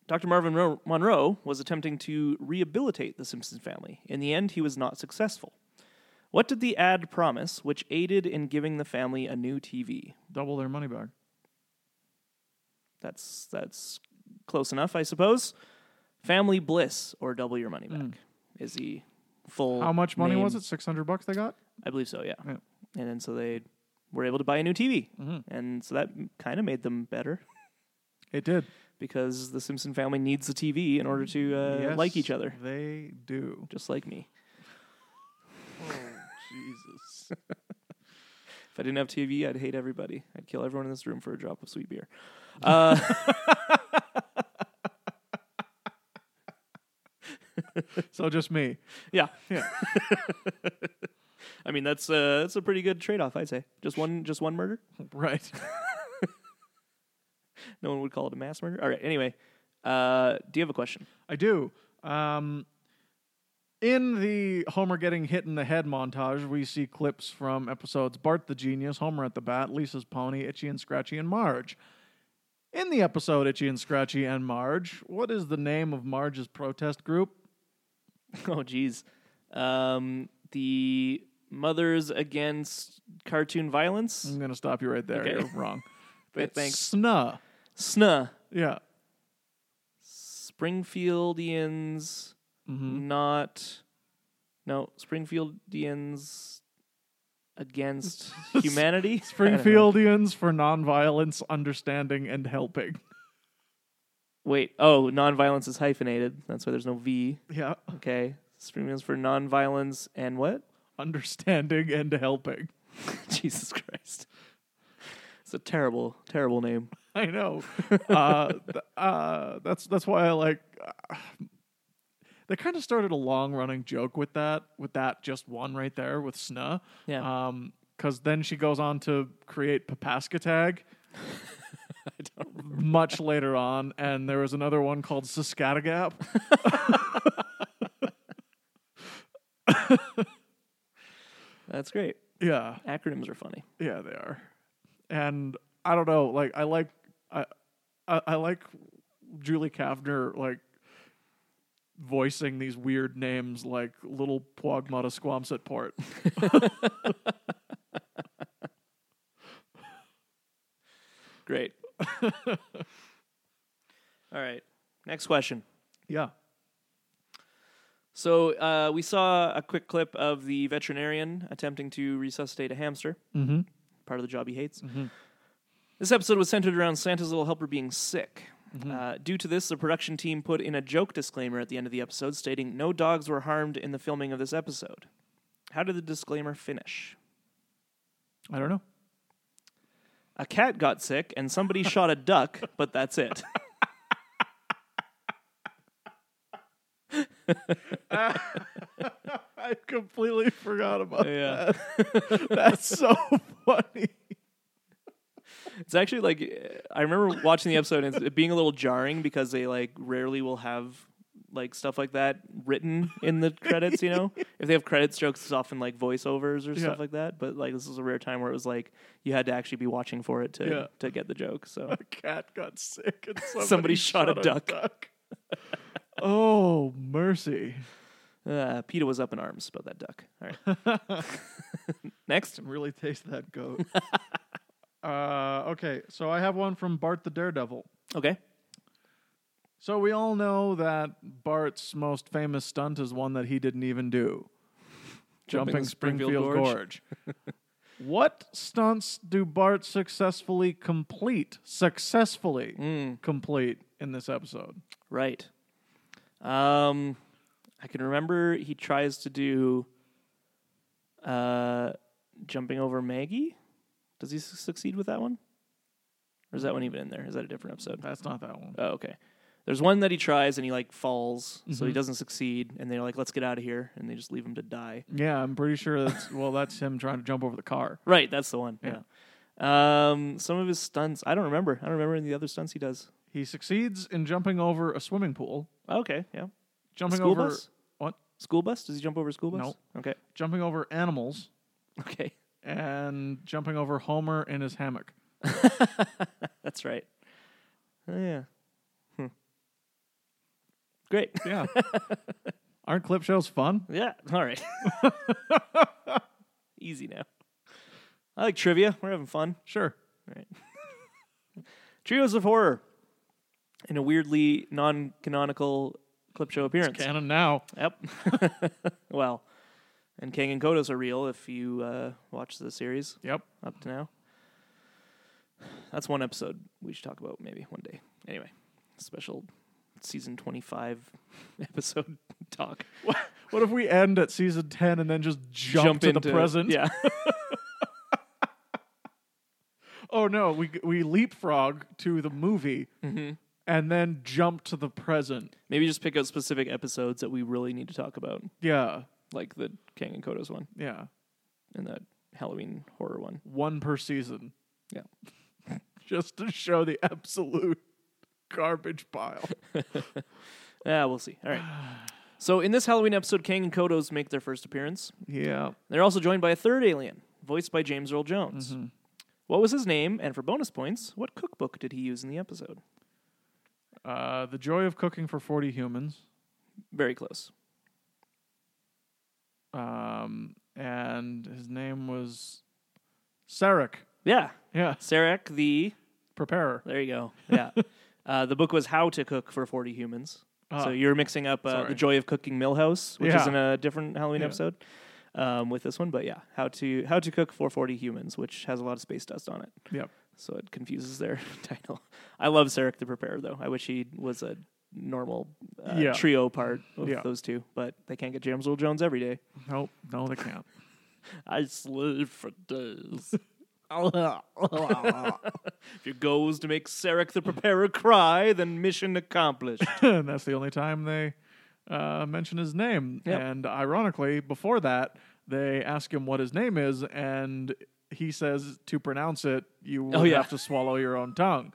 [SPEAKER 2] Dr. Marvin Ro- Monroe was attempting to rehabilitate the Simpson family. In the end, he was not successful. What did the ad promise, which aided in giving the family a new TV?
[SPEAKER 1] Double their money back.
[SPEAKER 2] That's that's close enough, I suppose. Family bliss or double your money back is the full.
[SPEAKER 1] Hmm. How much money
[SPEAKER 2] name.
[SPEAKER 1] was it? 600 bucks they got?
[SPEAKER 2] I believe so. Yeah.
[SPEAKER 1] Yeah. Mm-hmm.
[SPEAKER 2] And then so they were able to buy a new TV, and so that kind of made them better
[SPEAKER 1] It
[SPEAKER 2] uh,
[SPEAKER 1] did.
[SPEAKER 2] because the Simpson family needs the TV in order to uh, like each other,
[SPEAKER 1] They do.
[SPEAKER 2] just like me.
[SPEAKER 1] Jesus.
[SPEAKER 2] If I didn't have TV, I'd hate everybody. I'd kill everyone in this room for a drop of sweet beer. Uh,
[SPEAKER 1] so just me.
[SPEAKER 2] yeah,
[SPEAKER 1] Yeah.
[SPEAKER 2] I mean that's uh, that's a pretty good trade off, I'd say. Just one, just one murder.
[SPEAKER 1] right.
[SPEAKER 2] No one would call it a mass murder. All right. Anyway, uh, do you have a question?
[SPEAKER 1] I do. Um, in the Homer getting hit in the head montage, we see clips from episodes Bart the Genius, Homer at the Bat, Lisa's Pony, Itchy and Scratchy, and Marge. In the episode Itchy and Scratchy and Marge, what is the name of Marge's protest group?
[SPEAKER 2] oh, geez. Um, the Mothers Against Cartoon Violence.
[SPEAKER 1] I'm going to stop you right there.
[SPEAKER 2] Okay.
[SPEAKER 1] You're wrong.
[SPEAKER 2] But
[SPEAKER 1] It's
[SPEAKER 2] thanks.
[SPEAKER 1] SNA.
[SPEAKER 2] SNA.
[SPEAKER 1] Yeah.
[SPEAKER 2] Springfieldians. Mm-hmm. Not. No, Springfieldians against humanity. I don't know.
[SPEAKER 1] Springfieldians for Nonviolence, Understanding, and Helping.
[SPEAKER 2] Wait. Oh, nonviolence is hyphenated. That's why there's no V.
[SPEAKER 1] Yeah.
[SPEAKER 2] Okay. Springfields for nonviolence and what?
[SPEAKER 1] Understanding and Helping.
[SPEAKER 2] Jesus Christ. It's a terrible, terrible name.
[SPEAKER 1] I know. uh, th- uh, that's that's why I like. uh, they kind of started a long running joke with that, with that just one right there with Snuh.
[SPEAKER 2] Yeah.
[SPEAKER 1] Because then she goes on to create Papaska Tag. Much later on, and there was another one called Saskatagap.
[SPEAKER 2] That's great.
[SPEAKER 1] yeah,
[SPEAKER 2] Acronyms are funny.
[SPEAKER 1] yeah, they are. And I don't know, like I like I I, I like Julie Kavner like voicing these weird names like Little Pogmata Squamset Port.
[SPEAKER 2] Great. All right. Next question.
[SPEAKER 1] Yeah.
[SPEAKER 2] So uh, we saw a quick clip of the veterinarian attempting to resuscitate a hamster.
[SPEAKER 1] Mhm.
[SPEAKER 2] Part of the job he hates. This episode was centered around Santa's little helper being sick. Uh, due to this, the production team put in a joke disclaimer at the end of the episode stating no dogs were harmed in the filming of this episode. How did the disclaimer finish?
[SPEAKER 1] I don't know.
[SPEAKER 2] A cat got sick and somebody shot a duck, but that's it.
[SPEAKER 1] I completely forgot about
[SPEAKER 2] Yeah.
[SPEAKER 1] that. That's so funny.
[SPEAKER 2] It's actually like eh, I remember watching the episode and it being a little jarring because they like rarely will have like stuff like that written in the credits. You know, if they have credits, jokes it's often like voiceovers or
[SPEAKER 1] Yeah.
[SPEAKER 2] stuff like that. But like this was a rare time where it was like you had to actually be watching for it to
[SPEAKER 1] Yeah.
[SPEAKER 2] to get the joke. So
[SPEAKER 1] A cat got sick and somebody,
[SPEAKER 2] Somebody shot a duck.
[SPEAKER 1] oh, mercy.
[SPEAKER 2] uh, Peter was up in arms about that duck. All right, next.
[SPEAKER 1] Really taste that goat. uh, okay, so I have one from Bart the Daredevil.
[SPEAKER 2] Okay.
[SPEAKER 1] So we all know that Bart's most famous stunt is one that he didn't even do. Jumping,
[SPEAKER 2] Jumping
[SPEAKER 1] Springfield,
[SPEAKER 2] Springfield
[SPEAKER 1] Gorge. what stunts do Bart successfully complete? Successfully
[SPEAKER 2] Mm.
[SPEAKER 1] complete in this episode.
[SPEAKER 2] Right. Um, I can remember he tries to do uh, jumping over Maggie. Does he su- succeed with that one? Or is that one even in there? Is that a different episode?
[SPEAKER 1] That's not that one.
[SPEAKER 2] Oh, okay. There's one that he tries and he like falls, so
[SPEAKER 1] Mm-hmm.
[SPEAKER 2] he doesn't succeed, and they're like, "Let's get out of here," and they just leave him to die.
[SPEAKER 1] Yeah, I'm pretty sure that's well, that's him trying to jump over the car.
[SPEAKER 2] Right, that's the one. Yeah. Um, some of his stunts, I don't remember. I don't remember any of the other stunts he does. Oh,
[SPEAKER 1] He succeeds in jumping over a swimming pool.
[SPEAKER 2] Okay, yeah.
[SPEAKER 1] Jumping
[SPEAKER 2] school
[SPEAKER 1] over
[SPEAKER 2] bus?
[SPEAKER 1] what?
[SPEAKER 2] School bus? Does he jump over a school bus?
[SPEAKER 1] Nope.
[SPEAKER 2] Okay.
[SPEAKER 1] Jumping over animals
[SPEAKER 2] Okay.
[SPEAKER 1] and jumping over Homer in his hammock.
[SPEAKER 2] That's right. Oh, yeah. Hmm. Great.
[SPEAKER 1] Yeah. Aren't clip shows fun?
[SPEAKER 2] Yeah. All right. Easy now. I like trivia. We're having fun.
[SPEAKER 1] Sure.
[SPEAKER 2] All right. Trios of Horror in a weirdly non canonical clip show appearance.
[SPEAKER 1] Canon now.
[SPEAKER 2] Yep. well, and Kang and Kodos are real if you uh, watch the series
[SPEAKER 1] Yep.
[SPEAKER 2] up to now. That's one episode we should talk about maybe one day. Anyway, special season 25 episode talk.
[SPEAKER 1] What, what if we end at season 10 and then just jump, to the present?
[SPEAKER 2] Yeah.
[SPEAKER 1] Oh, no. We, we leapfrog to the movie
[SPEAKER 2] Mm-hmm.
[SPEAKER 1] and then jump to the present.
[SPEAKER 2] maybe just pick out specific episodes that we really need to talk about,
[SPEAKER 1] Yeah.
[SPEAKER 2] like the Kang and Kodos one
[SPEAKER 1] Yeah.
[SPEAKER 2] and the Halloween horror one.
[SPEAKER 1] One per season
[SPEAKER 2] Yeah.
[SPEAKER 1] just to show the absolute garbage pile.
[SPEAKER 2] Yeah, we'll see. All right. So in this Halloween episode, Kang and Kodos make their first appearance.
[SPEAKER 1] yeah.
[SPEAKER 2] They're also joined by a third alien, voiced by James Earl Jones.
[SPEAKER 1] Mm-hmm.
[SPEAKER 2] What was his name? And for bonus points, what cookbook did he use in the episode?
[SPEAKER 1] Uh, the joy of cooking for 40 humans.
[SPEAKER 2] Very close.
[SPEAKER 1] Um, and his name was Sarek.
[SPEAKER 2] Yeah.
[SPEAKER 1] Yeah.
[SPEAKER 2] Sarek the.
[SPEAKER 1] Preparer.
[SPEAKER 2] There you go. Yeah. uh, the book was How to Cook for 40 Humans. so
[SPEAKER 1] Ah.
[SPEAKER 2] you're mixing up uh,
[SPEAKER 1] Sorry.
[SPEAKER 2] The Joy of Cooking Millhouse, which is
[SPEAKER 1] Yeah.
[SPEAKER 2] in a different Halloween
[SPEAKER 1] Yeah.
[SPEAKER 2] episode. Um, with this one, but yeah, how to how to cook for 40 humans, which has a lot of space dust on it,
[SPEAKER 1] Yep.
[SPEAKER 2] so it confuses their title. I love Sarek the Preparer though. I wish he was a normal uh,
[SPEAKER 1] Yeah.
[SPEAKER 2] trio part of
[SPEAKER 1] Yeah.
[SPEAKER 2] those two, but they can't get James Earl Jones every day.
[SPEAKER 1] Nope. No, they can't.
[SPEAKER 2] I slave for days. if your goal is to make Sarek the Preparer cry, then mission accomplished.
[SPEAKER 1] and that's the only time they uh, mention his name.
[SPEAKER 2] Yep.
[SPEAKER 1] And ironically, before that, they ask him what his name is, and he says to pronounce it, you would
[SPEAKER 2] Oh, yeah.
[SPEAKER 1] have to swallow your own tongue.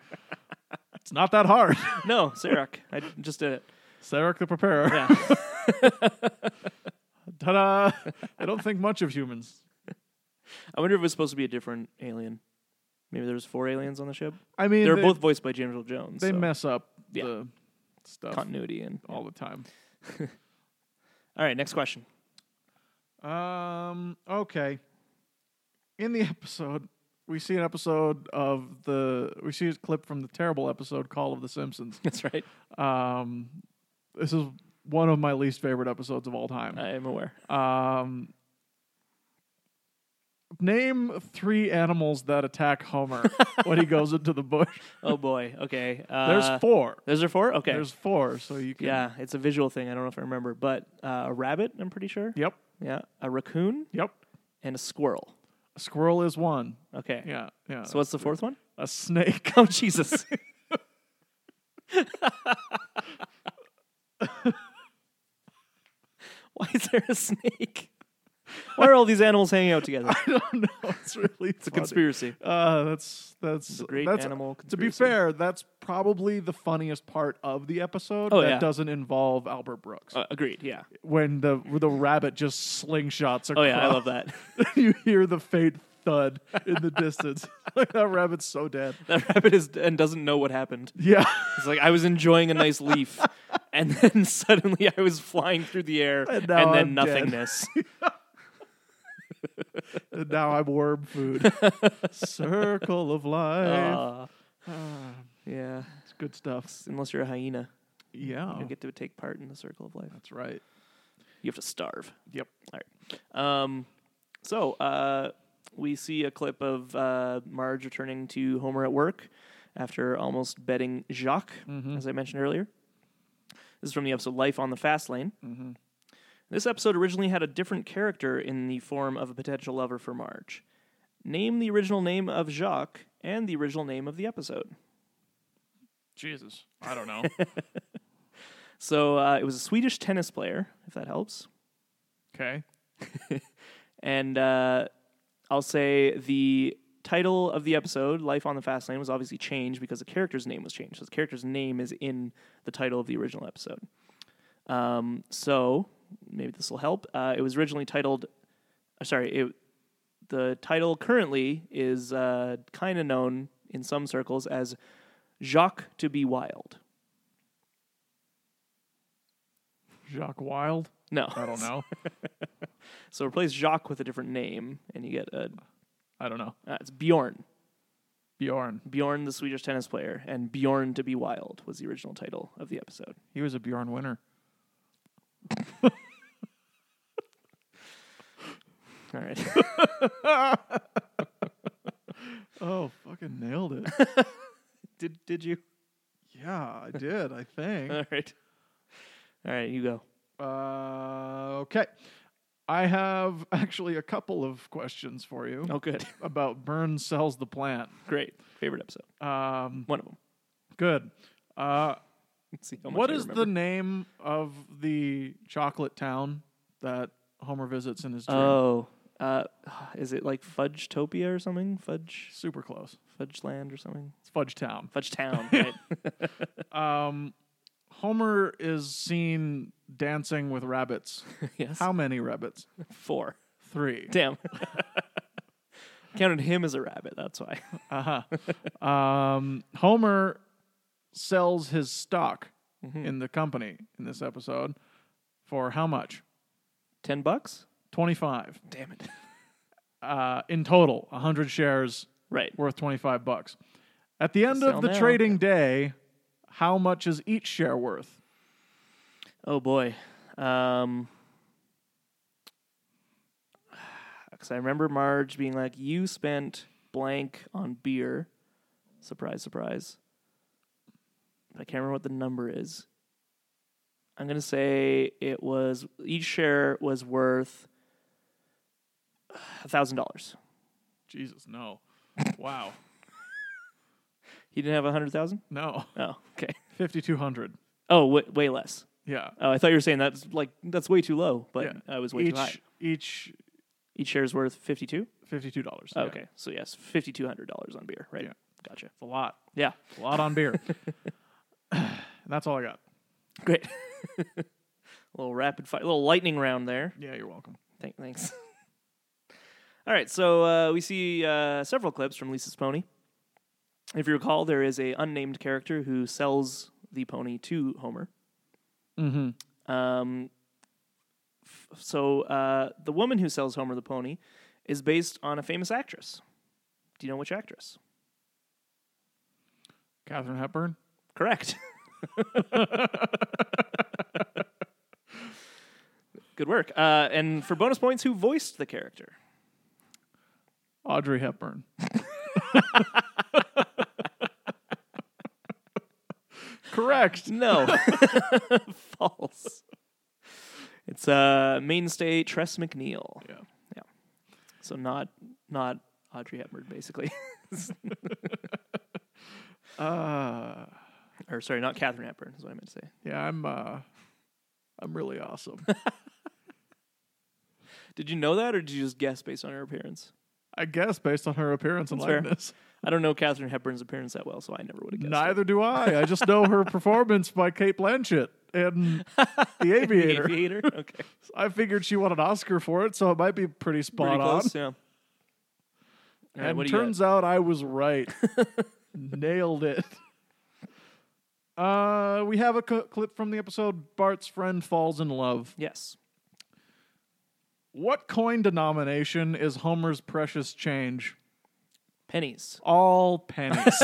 [SPEAKER 1] it's not that hard.
[SPEAKER 2] no, Sarek. I just did it.
[SPEAKER 1] Sarek the Preparer.
[SPEAKER 2] Yeah.
[SPEAKER 1] Ta da! I don't think much of humans.
[SPEAKER 2] I wonder if it was supposed to be a different alien. Maybe there was four aliens on the ship.
[SPEAKER 1] I mean,
[SPEAKER 2] They're
[SPEAKER 1] they,
[SPEAKER 2] both voiced by James Earl Jones.
[SPEAKER 1] they
[SPEAKER 2] so
[SPEAKER 1] mess up
[SPEAKER 2] Yeah.
[SPEAKER 1] the stuff
[SPEAKER 2] continuity and all.
[SPEAKER 1] all the time.
[SPEAKER 2] All right, next question.
[SPEAKER 1] Um. Okay. In the episode, we see an episode of the we see a clip from the terrible episode Call of the Simpsons.
[SPEAKER 2] That's right.
[SPEAKER 1] Um, this is one of my least favorite episodes of all time.
[SPEAKER 2] I am aware.
[SPEAKER 1] Um, Name three animals that attack Homer when he goes into the bush.
[SPEAKER 2] Oh boy. Okay. Uh,
[SPEAKER 1] There's four.
[SPEAKER 2] Those are four. Okay.
[SPEAKER 1] There's four, so you can.
[SPEAKER 2] yeah, it's a visual thing. I don't know if I remember, but uh, a rabbit. I'm pretty sure.
[SPEAKER 1] Yep.
[SPEAKER 2] Yeah. A raccoon
[SPEAKER 1] Yep.
[SPEAKER 2] and a squirrel.
[SPEAKER 1] A squirrel is one.
[SPEAKER 2] Okay.
[SPEAKER 1] Yeah. Yeah.
[SPEAKER 2] So what's the fourth one?
[SPEAKER 1] a snake.
[SPEAKER 2] Oh Jesus. Why is there a snake? Why are all these animals hanging out together?
[SPEAKER 1] I don't know. It's really
[SPEAKER 2] It's a conspiracy.
[SPEAKER 1] Uh, that's that's
[SPEAKER 2] a great
[SPEAKER 1] that's-
[SPEAKER 2] animal
[SPEAKER 1] To be
[SPEAKER 2] conspiracy.
[SPEAKER 1] fair, that's probably the funniest part of the episode
[SPEAKER 2] Oh,
[SPEAKER 1] that
[SPEAKER 2] yeah.
[SPEAKER 1] doesn't involve Albert Brooks.
[SPEAKER 2] Uh, agreed. Yeah.
[SPEAKER 1] when the the rabbit just slingshots across.
[SPEAKER 2] Oh yeah, I love that.
[SPEAKER 1] you hear the faint thud in the distance. Like, that rabbit's so dead.
[SPEAKER 2] that rabbit is and doesn't know what happened.
[SPEAKER 1] Yeah.
[SPEAKER 2] It's like I was enjoying a nice leaf, and then suddenly I was flying through the air, and,
[SPEAKER 1] now
[SPEAKER 2] then
[SPEAKER 1] I'm dead.
[SPEAKER 2] nothingness.
[SPEAKER 1] and now I'm worm food. Circle of life.
[SPEAKER 2] Ah. yeah,
[SPEAKER 1] it's good stuff.
[SPEAKER 2] unless you're a hyena,
[SPEAKER 1] Yeah.
[SPEAKER 2] you don't get to take part in the circle of life.
[SPEAKER 1] That's right.
[SPEAKER 2] You have to starve.
[SPEAKER 1] Yep.
[SPEAKER 2] All right. Um, so uh, we see a clip of uh, Marge returning to Homer at work after almost betting Jacques, as I mentioned earlier. This is from the episode Life on the Fast Lane. This episode originally had a different character in the form of a potential lover for Marge. Name the original name of Jacques and the original name of the episode.
[SPEAKER 1] Jesus. I don't know.
[SPEAKER 2] So uh, it was a Swedish tennis player, if that helps.
[SPEAKER 1] okay.
[SPEAKER 2] And uh, I'll say the title of the episode, Life on the Fast Lane, was obviously changed because the character's name was changed. So the character's name is in the title of the original episode. Um, so maybe this will help. Uh, it was originally titled, uh, sorry, it, the title currently is uh, kind of known in some circles as Jacques to be Wild.
[SPEAKER 1] Jacques Wild.
[SPEAKER 2] No.
[SPEAKER 1] I don't know.
[SPEAKER 2] So replace Jacques with a different name, and you get a,
[SPEAKER 1] I don't know.
[SPEAKER 2] uh, it's Bjorn.
[SPEAKER 1] Bjorn.
[SPEAKER 2] Bjorn the Swedish tennis player and Bjorn to be wild was the original title of the episode.
[SPEAKER 1] He was a Bjorn winner.
[SPEAKER 2] All right.
[SPEAKER 1] Oh, fucking nailed it.
[SPEAKER 2] did did you?
[SPEAKER 1] yeah, I did, I think.
[SPEAKER 2] All right. All right, you go.
[SPEAKER 1] Uh, okay. I have actually a couple of questions for you
[SPEAKER 2] Oh good.
[SPEAKER 1] about Burn sells the plant.
[SPEAKER 2] Great. Favorite episode.
[SPEAKER 1] Um,
[SPEAKER 2] One of them.
[SPEAKER 1] good. Uh,
[SPEAKER 2] Let's see how much
[SPEAKER 1] what
[SPEAKER 2] I
[SPEAKER 1] is the
[SPEAKER 2] remember.
[SPEAKER 1] name of the chocolate town that Homer visits in his dream?
[SPEAKER 2] Oh, uh, is it like Fudge Topia or something? Fudge
[SPEAKER 1] Super close.
[SPEAKER 2] Fudge Land or something?
[SPEAKER 1] It's Fudge Town.
[SPEAKER 2] Fudge Town, right?
[SPEAKER 1] Um, Homer is seen dancing with rabbits.
[SPEAKER 2] yes.
[SPEAKER 1] How many rabbits?
[SPEAKER 2] Four.
[SPEAKER 1] Three.
[SPEAKER 2] Damn. Counted him as a rabbit. That's why.
[SPEAKER 1] Uh-huh. um, Homer sells his stock
[SPEAKER 2] Mm-hmm.
[SPEAKER 1] in the company in this episode for how much?
[SPEAKER 2] Ten bucks.
[SPEAKER 1] 25.
[SPEAKER 2] Damn it.
[SPEAKER 1] Uh, in total, 100 shares
[SPEAKER 2] Right.
[SPEAKER 1] worth 25 bucks. At the end of
[SPEAKER 2] sell
[SPEAKER 1] the
[SPEAKER 2] now.
[SPEAKER 1] trading day, how much is each share worth?
[SPEAKER 2] Oh boy. Um 'cause I remember Marge being like, "You spent blank on beer." Surprise, surprise. But I can't remember what the number is. I'm gonna say it was each share was worth a thousand dollars.
[SPEAKER 1] Jesus, no. wow.
[SPEAKER 2] He didn't have a hundred thousand.
[SPEAKER 1] No.
[SPEAKER 2] Oh, okay.
[SPEAKER 1] 5,200.
[SPEAKER 2] Oh, w- way less.
[SPEAKER 1] Yeah.
[SPEAKER 2] Oh, I thought you were saying that's like that's way too low, but
[SPEAKER 1] Yeah.
[SPEAKER 2] I was way
[SPEAKER 1] each,
[SPEAKER 2] too high.
[SPEAKER 1] Each
[SPEAKER 2] Each share is worth fifty-two.
[SPEAKER 1] $52.
[SPEAKER 2] Oh,
[SPEAKER 1] Yeah.
[SPEAKER 2] okay. So yes, fifty two hundred dollars on beer, right?
[SPEAKER 1] Yeah.
[SPEAKER 2] Gotcha.
[SPEAKER 1] It's a lot.
[SPEAKER 2] Yeah.
[SPEAKER 1] A lot on beer. And that's all I got.
[SPEAKER 2] Great. little rapid fire, little lightning round there.
[SPEAKER 1] Yeah, you're welcome.
[SPEAKER 2] Thank, thanks. All right, so uh, we see uh, several clips from Lisa's pony. If you recall, there is a unnamed character who sells the pony to Homer.
[SPEAKER 1] Mm-hmm.
[SPEAKER 2] Um, f- so uh, the woman who sells Homer the pony is based on a famous actress. Do you know which actress?
[SPEAKER 1] Catherine Hepburn.
[SPEAKER 2] Correct. Good work. Uh, and for bonus points, who voiced the character?
[SPEAKER 1] Audrey Hepburn. Correct.
[SPEAKER 2] No. False. It's uh mainstay Tress McNeil.
[SPEAKER 1] Yeah.
[SPEAKER 2] Yeah. So not not Audrey Hepburn basically.
[SPEAKER 1] Uh,
[SPEAKER 2] or sorry, not Catherine Hepburn is what I meant to say.
[SPEAKER 1] yeah, I'm uh, I'm really awesome.
[SPEAKER 2] Did you know that or did you just guess based on her appearance?
[SPEAKER 1] I guess based on her appearance and
[SPEAKER 2] That's fair.
[SPEAKER 1] likeness.
[SPEAKER 2] I don't know Catherine Hepburn's appearance that well, so I never would have guessed.
[SPEAKER 1] Neither do I. I just know her performance by Kate Blanchett in The
[SPEAKER 2] it. The
[SPEAKER 1] Aviator.
[SPEAKER 2] Aviator? Okay.
[SPEAKER 1] I figured she won an Oscar for it, so it might be pretty spot
[SPEAKER 2] Pretty
[SPEAKER 1] on.
[SPEAKER 2] close, yeah. All right,
[SPEAKER 1] and
[SPEAKER 2] what do you
[SPEAKER 1] turns out I was right. Nailed it. Uh, we have a cl- clip from the episode Bart's friend falls in love.
[SPEAKER 2] got? Yes.
[SPEAKER 1] What coin denomination is Homer's precious change?
[SPEAKER 2] Pennies.
[SPEAKER 1] All pennies.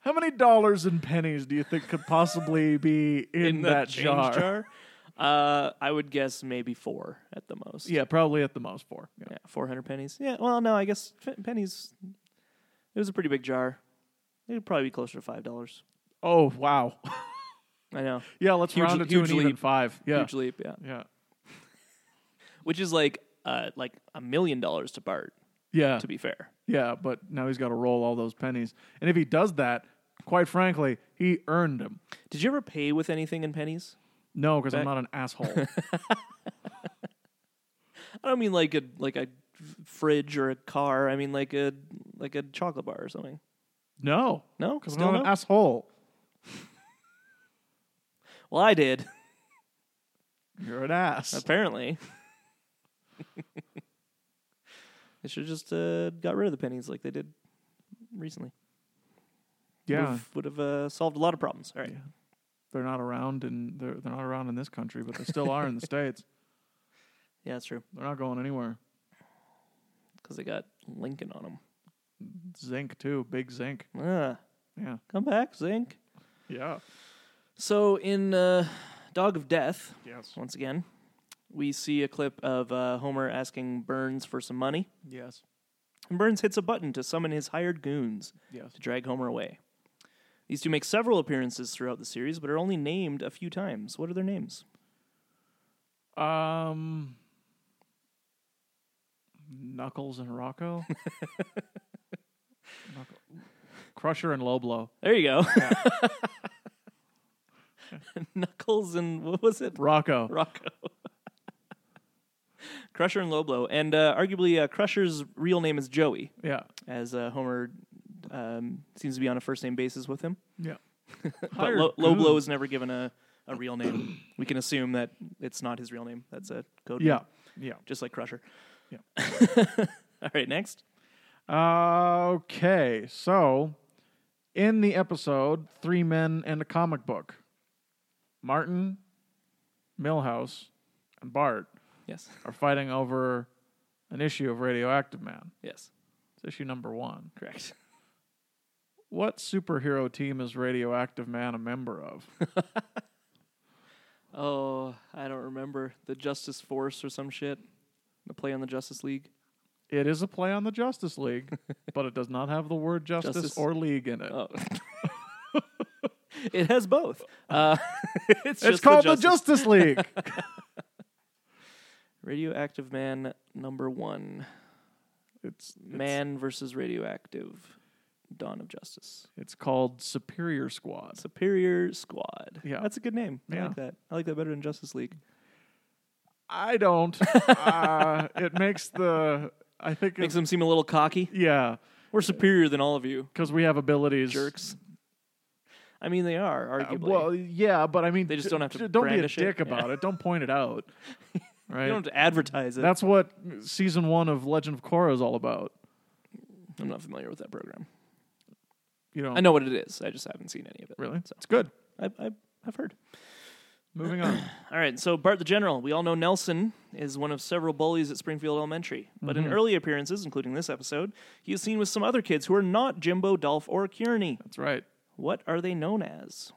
[SPEAKER 1] How many dollars and pennies do you think could possibly be in,
[SPEAKER 2] the
[SPEAKER 1] that
[SPEAKER 2] change
[SPEAKER 1] jar?
[SPEAKER 2] Uh, I would guess maybe four at the most.
[SPEAKER 1] Yeah, probably at the most four. Yeah.
[SPEAKER 2] Yeah, 400 pennies. Yeah, well, no, I guess f- pennies, it was a pretty big jar. It would probably be closer to $5.
[SPEAKER 1] Oh wow.
[SPEAKER 2] I know.
[SPEAKER 1] yeah, let's
[SPEAKER 2] Huge-
[SPEAKER 1] round it to
[SPEAKER 2] huge
[SPEAKER 1] an even
[SPEAKER 2] leap.
[SPEAKER 1] five. Yeah.
[SPEAKER 2] Huge leap, yeah.
[SPEAKER 1] Yeah.
[SPEAKER 2] Which is like uh, like a million dollars to Bart,
[SPEAKER 1] Yeah.
[SPEAKER 2] to be fair.
[SPEAKER 1] Yeah, but now he's got to roll all those pennies. And if he does that, quite frankly, he earned them.
[SPEAKER 2] Did you ever pay with anything in pennies?
[SPEAKER 1] No, because I'm
[SPEAKER 2] Back-
[SPEAKER 1] not an asshole.
[SPEAKER 2] I don't mean like a like a f- fridge or a car. I mean like a like a chocolate bar or something.
[SPEAKER 1] no,
[SPEAKER 2] No,
[SPEAKER 1] because I'm
[SPEAKER 2] Still
[SPEAKER 1] not an
[SPEAKER 2] no?
[SPEAKER 1] asshole.
[SPEAKER 2] Well, I did
[SPEAKER 1] You're an ass.
[SPEAKER 2] apparently. they should have just uh, got rid of the pennies like they did recently.
[SPEAKER 1] Yeah,
[SPEAKER 2] would have uh, solved a lot of problems. All right.
[SPEAKER 1] Yeah. they're not around, and they're they're not around in this country, but they still are in the states.
[SPEAKER 2] Yeah, that's true.
[SPEAKER 1] They're not going anywhere.
[SPEAKER 2] Because they got Lincoln on them.
[SPEAKER 1] Zinc too, big zinc.
[SPEAKER 2] Ah,
[SPEAKER 1] Yeah,
[SPEAKER 2] come back, Zinc.
[SPEAKER 1] yeah,
[SPEAKER 2] So in uh, Dog of Death,
[SPEAKER 1] yes,
[SPEAKER 2] once again, we see a clip of uh, Homer asking Burns for some money.
[SPEAKER 1] yes,
[SPEAKER 2] And Burns hits a button to summon his hired goons
[SPEAKER 1] yes.
[SPEAKER 2] to drag Homer away. These two make several appearances throughout the series, but are only named a few times. What are their names?
[SPEAKER 1] Um, Knuckles and Rocco, Knuckle- Crusher and Low Blow.
[SPEAKER 2] There you go. Knuckles and what was it?
[SPEAKER 1] Rocco.
[SPEAKER 2] Rocco. Crusher and Loblo. And uh, arguably, uh, Crusher's real name is Joey,
[SPEAKER 1] Yeah.
[SPEAKER 2] as uh, Homer um, seems to be on a first name basis with him.
[SPEAKER 1] Yeah.
[SPEAKER 2] But Lo- Loblo is never given a, a real name. we can assume that it's not his real name. That's a code
[SPEAKER 1] Yeah.
[SPEAKER 2] name,
[SPEAKER 1] Yeah.
[SPEAKER 2] just like Crusher.
[SPEAKER 1] Yeah.
[SPEAKER 2] All right, next.
[SPEAKER 1] Okay. So, in the episode, Three Men and a Comic Book, Martin, Millhouse, and Bart
[SPEAKER 2] Yes.
[SPEAKER 1] are fighting over an issue of Radioactive Man.
[SPEAKER 2] Yes.
[SPEAKER 1] It's issue number one.
[SPEAKER 2] Correct.
[SPEAKER 1] What superhero team is Radioactive Man a member of?
[SPEAKER 2] Oh, I don't remember. The Justice Force or some shit. The play on the Justice League.
[SPEAKER 1] it is a play on the Justice League, but it does not have the word justice,
[SPEAKER 2] Justice-
[SPEAKER 1] or league in it.
[SPEAKER 2] Oh. it has both. Uh,
[SPEAKER 1] it's
[SPEAKER 2] it's just
[SPEAKER 1] called
[SPEAKER 2] the Justice.
[SPEAKER 1] the Justice League.
[SPEAKER 2] Radioactive Man number one.
[SPEAKER 1] it's
[SPEAKER 2] Man versus Radioactive. Dawn of Justice.
[SPEAKER 1] It's called Superior Squad.
[SPEAKER 2] Superior Squad.
[SPEAKER 1] Yeah.
[SPEAKER 2] That's a good name. I
[SPEAKER 1] Yeah.
[SPEAKER 2] like that. I like that better than Justice League.
[SPEAKER 1] I don't. uh, it makes the. I think.
[SPEAKER 2] Makes
[SPEAKER 1] it,
[SPEAKER 2] them seem a little cocky.
[SPEAKER 1] yeah,
[SPEAKER 2] We're superior than all of you,
[SPEAKER 1] because we have abilities.
[SPEAKER 2] jerks. I mean, they are,
[SPEAKER 1] Uh,
[SPEAKER 2] arguably.
[SPEAKER 1] well, yeah, but I mean,
[SPEAKER 2] They just
[SPEAKER 1] d-
[SPEAKER 2] don't have to
[SPEAKER 1] d- Don't be a
[SPEAKER 2] brandish it.
[SPEAKER 1] dick
[SPEAKER 2] Yeah.
[SPEAKER 1] about it. Don't point it out. Right.
[SPEAKER 2] you don't have to advertise it.
[SPEAKER 1] That's what season one of Legend of Korra is all about.
[SPEAKER 2] I'm not familiar with that program.
[SPEAKER 1] You know.
[SPEAKER 2] I know what it is. I just haven't seen any of it.
[SPEAKER 1] Really,
[SPEAKER 2] So
[SPEAKER 1] it's good.
[SPEAKER 2] I, I, I've heard.
[SPEAKER 1] Moving on.
[SPEAKER 2] All right, so Bart the General. We all know Nelson is one of several bullies at Springfield Elementary, but
[SPEAKER 1] Mm-hmm.
[SPEAKER 2] in early appearances, including this episode, he is seen with some other kids who are not Jimbo, Dolph, or Kearney.
[SPEAKER 1] That's right.
[SPEAKER 2] What are they known as?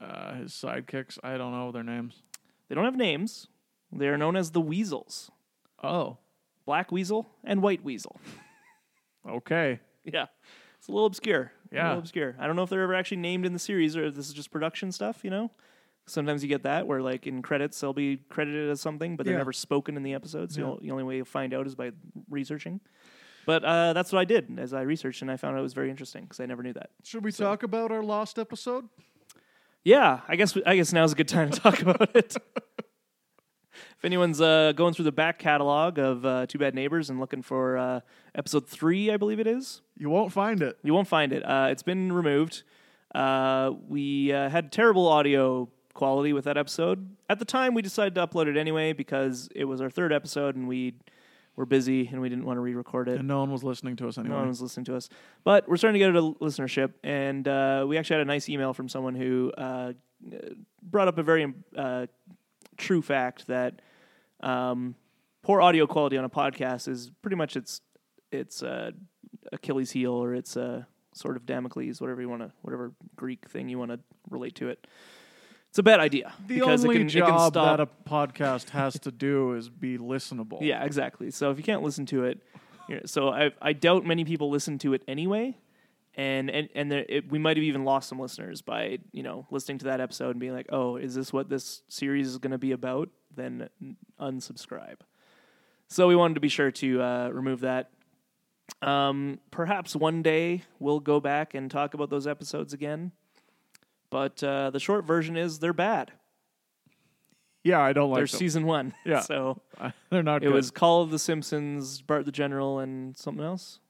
[SPEAKER 1] Uh, his sidekicks. I don't know their names.
[SPEAKER 2] They don't have names, They are known as the weasels,
[SPEAKER 1] Oh,
[SPEAKER 2] black weasel and white weasel.
[SPEAKER 1] okay.
[SPEAKER 2] yeah, it's a little obscure. a
[SPEAKER 1] Yeah.
[SPEAKER 2] little obscure. I don't know if they're ever actually named in the series or if this is just production stuff. You know, sometimes you get that where like in credits they'll be credited as something, but they're
[SPEAKER 1] Yeah.
[SPEAKER 2] never spoken in the episodes. The ol- The only way you'll find out is by researching. But uh, that's what I did as I researched, and I found out it was very interesting because I never knew that.
[SPEAKER 1] Should we talk about our lost episode?
[SPEAKER 2] Yeah, I guess I guess now's a good time to talk about it. if anyone's uh, going through the back catalog of uh, Two Bad Neighbors and looking for uh, episode three, I believe it is,
[SPEAKER 1] You won't find it.
[SPEAKER 2] you won't find it. Uh, it's been removed. Uh, we uh, had terrible audio quality with that episode. At the time, we decided to upload it anyway because it was our third episode and we were busy and we didn't want to re-record it.
[SPEAKER 1] And no one was listening to us anyway.
[SPEAKER 2] No one was listening to us. But we're starting to get a listenership, and uh, we actually had a nice email from someone who uh, brought up a very uh, true fact that um, poor audio quality on a podcast is pretty much its its uh, Achilles heel or its uh, sort of Damocles, whatever you want to, whatever Greek thing you want to relate to it. It's a bad idea
[SPEAKER 1] the
[SPEAKER 2] because
[SPEAKER 1] only
[SPEAKER 2] it can, it can
[SPEAKER 1] job
[SPEAKER 2] stop
[SPEAKER 1] that a podcast has to do is be listenable.
[SPEAKER 2] yeah, exactly. So if you can't listen to it, you're, so I I doubt many people listen to it anyway, and and and there, it, we might have even lost some listeners by you know listening to that episode and being like, oh, is this what this series is going to be about? Then unsubscribe. So we wanted to be sure to uh, remove that. Um, perhaps one day we'll go back and talk about those episodes again. But uh, the short version is they're bad.
[SPEAKER 1] Yeah, I don't
[SPEAKER 2] They're
[SPEAKER 1] like them.
[SPEAKER 2] season one.
[SPEAKER 1] Yeah.
[SPEAKER 2] so
[SPEAKER 1] They're not
[SPEAKER 2] it
[SPEAKER 1] good.
[SPEAKER 2] was Call of the Simpsons, Bart the General, and something else.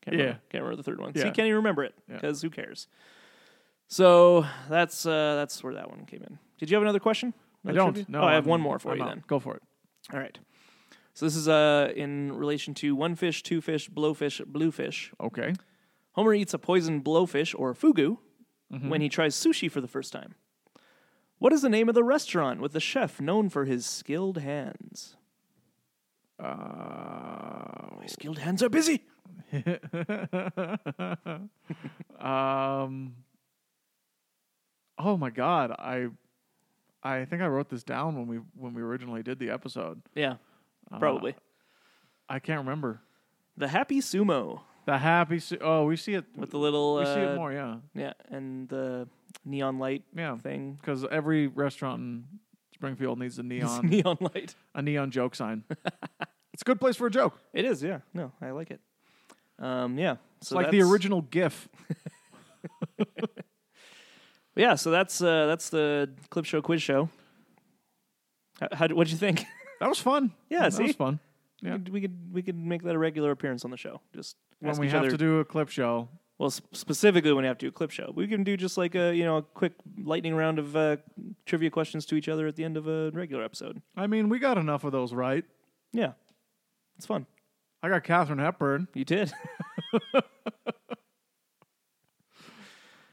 [SPEAKER 2] Can't remember.
[SPEAKER 1] Yeah.
[SPEAKER 2] Can't remember the third one. So
[SPEAKER 1] Yeah.
[SPEAKER 2] you can't even remember it
[SPEAKER 1] Yeah.
[SPEAKER 2] because who cares? So that's uh, that's where that one came in. Did you have another question?
[SPEAKER 1] I
[SPEAKER 2] Another
[SPEAKER 1] don't.
[SPEAKER 2] trivia?
[SPEAKER 1] No,
[SPEAKER 2] Oh, I have
[SPEAKER 1] I'm-
[SPEAKER 2] one more for
[SPEAKER 1] I'm
[SPEAKER 2] you
[SPEAKER 1] out.
[SPEAKER 2] then.
[SPEAKER 1] Go for it.
[SPEAKER 2] All right. So this is uh, in relation to one fish, two fish, blowfish, bluefish.
[SPEAKER 1] Okay.
[SPEAKER 2] Homer eats a poisoned blowfish or fugu
[SPEAKER 1] Mm-hmm.
[SPEAKER 2] when he tries sushi for the first time. What is the name of the restaurant with the chef known for his skilled hands?
[SPEAKER 1] Uh,
[SPEAKER 2] My skilled hands are busy.
[SPEAKER 1] um. Oh my God, I, I think I wrote this down when we when we originally did the episode.
[SPEAKER 2] Yeah,
[SPEAKER 1] Uh,
[SPEAKER 2] probably.
[SPEAKER 1] I can't remember
[SPEAKER 2] The Happy Sumo
[SPEAKER 1] the happy. Su- oh, we see it.
[SPEAKER 2] with the little
[SPEAKER 1] we see
[SPEAKER 2] uh,
[SPEAKER 1] it more. Yeah,
[SPEAKER 2] yeah, and the neon light
[SPEAKER 1] yeah.
[SPEAKER 2] thing.
[SPEAKER 1] Because every restaurant in Springfield needs a
[SPEAKER 2] It's
[SPEAKER 1] neon
[SPEAKER 2] neon light.
[SPEAKER 1] a neon joke sign. it's a good place for a joke.
[SPEAKER 2] It is, yeah. No, I like it. Um, yeah,
[SPEAKER 1] It's
[SPEAKER 2] so
[SPEAKER 1] like the
[SPEAKER 2] that's-
[SPEAKER 1] original GIF.
[SPEAKER 2] Yeah, so that's uh, that's the clip show quiz show. How, how what'd you think?
[SPEAKER 1] That was fun.
[SPEAKER 2] Yeah,
[SPEAKER 1] that
[SPEAKER 2] see?
[SPEAKER 1] was fun. Yeah.
[SPEAKER 2] We could- we could we could make that a regular appearance on the show. Just
[SPEAKER 1] When
[SPEAKER 2] ask
[SPEAKER 1] we
[SPEAKER 2] each
[SPEAKER 1] have
[SPEAKER 2] other.
[SPEAKER 1] to do a clip show,
[SPEAKER 2] well, sp- specifically when we have to do a clip show, we can do just like a you know a quick lightning round of uh, trivia questions to each other at the end of a regular episode.
[SPEAKER 1] I mean, we got enough of those right.
[SPEAKER 2] Yeah, it's fun.
[SPEAKER 1] I got Katherine Hepburn.
[SPEAKER 2] You did.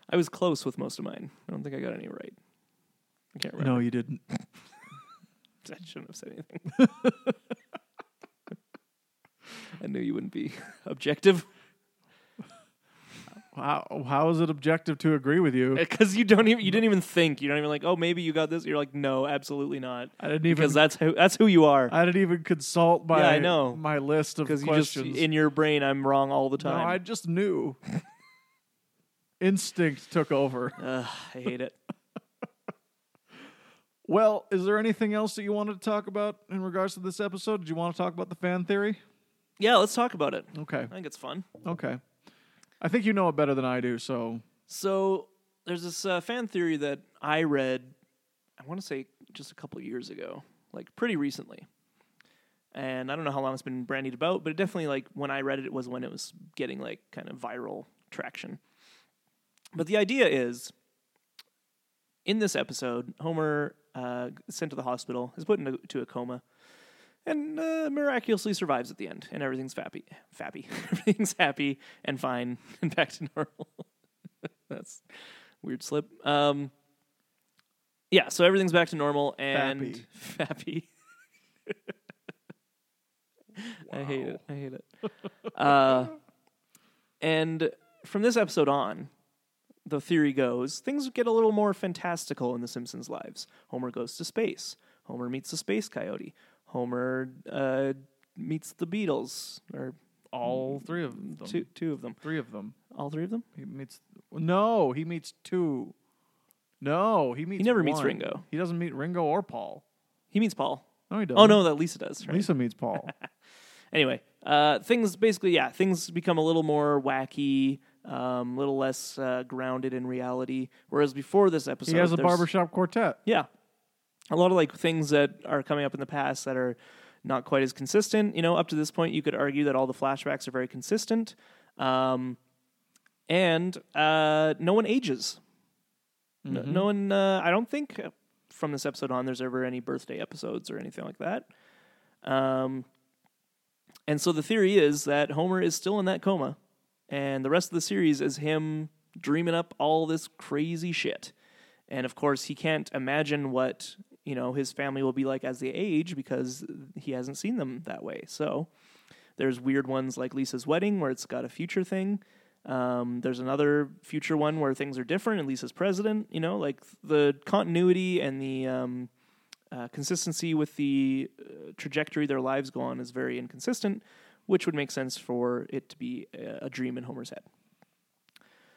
[SPEAKER 2] I was close with most of mine. I don't think I got any right. I can't remember.
[SPEAKER 1] No, you didn't.
[SPEAKER 2] I shouldn't have said anything. I knew you wouldn't be objective
[SPEAKER 1] How, how is it objective to agree with you?
[SPEAKER 2] because you don't even you didn't even think. You don't even like, "Oh, maybe you got this." You're like, "No, absolutely not."
[SPEAKER 1] I didn't even.
[SPEAKER 2] Because that's who that's who you are.
[SPEAKER 1] I didn't even consult my
[SPEAKER 2] Yeah, I know.
[SPEAKER 1] my list of
[SPEAKER 2] Because you just
[SPEAKER 1] questions.
[SPEAKER 2] in your brain, I'm wrong all the
[SPEAKER 1] no,
[SPEAKER 2] time.
[SPEAKER 1] I just knew. Instinct took over.
[SPEAKER 2] Ugh, I hate it.
[SPEAKER 1] Well, is there anything else that you wanted to talk about in regards to this episode? Did you want to talk about the fan theory?
[SPEAKER 2] Yeah, let's talk about it.
[SPEAKER 1] Okay.
[SPEAKER 2] I think it's fun.
[SPEAKER 1] Okay. I think you know it better than I do, so
[SPEAKER 2] So there's this uh, fan theory that I read, I want to say just a couple of years ago, like pretty recently. And I don't know how long it's been bandied about, but it definitely like when I read it, it was when it was getting like kind of viral traction. But the idea is, in this episode, Homer uh, sent to the hospital is put into to a coma, and uh, miraculously survives at the end, and everything's fappy, fappy, everything's happy and fine and back to normal. That's a weird slip. Um, yeah, so everything's back to normal and fappy. I hate it. I hate it. uh, and from this episode on, the theory goes, things get a little more fantastical in the Simpsons' lives. Homer goes to space. Homer meets the space coyote. Homer uh, meets the Beatles, or
[SPEAKER 1] All three of them.
[SPEAKER 2] two two of them.
[SPEAKER 1] Three of them.
[SPEAKER 2] All three of them.
[SPEAKER 1] He meets. No, he meets two. No, he meets.
[SPEAKER 2] He never meets
[SPEAKER 1] one.
[SPEAKER 2] Ringo.
[SPEAKER 1] He doesn't meet Ringo or Paul.
[SPEAKER 2] He meets Paul.
[SPEAKER 1] No, he doesn't.
[SPEAKER 2] Oh no, that Lisa does. Right?
[SPEAKER 1] Lisa meets Paul.
[SPEAKER 2] Anyway, uh, things basically, yeah, things become a little more wacky, a little less uh, grounded in reality. Whereas before this episode,
[SPEAKER 1] he has a
[SPEAKER 2] there's-
[SPEAKER 1] barbershop quartet.
[SPEAKER 2] Yeah. A lot of like things that are coming up in the past that are not quite as consistent. You know, up to this point, you could argue that all the flashbacks are very consistent. Um, and uh, no one ages. No, no one, uh, I don't think uh, from this episode on there's ever any birthday episodes or anything like that. Um, and so the theory is that Homer is still in that coma, and the rest of the series is him dreaming up all this crazy shit. And of course, he can't imagine what you know his family will be like as they age because he hasn't seen them that way. So there's weird ones like Lisa's wedding where it's got a future thing. Um, there's another future one where things are different and Lisa's president. You know, like the continuity and the um, uh, consistency with the uh, trajectory their lives go on is very inconsistent, which would make sense for it to be a, a dream in Homer's head.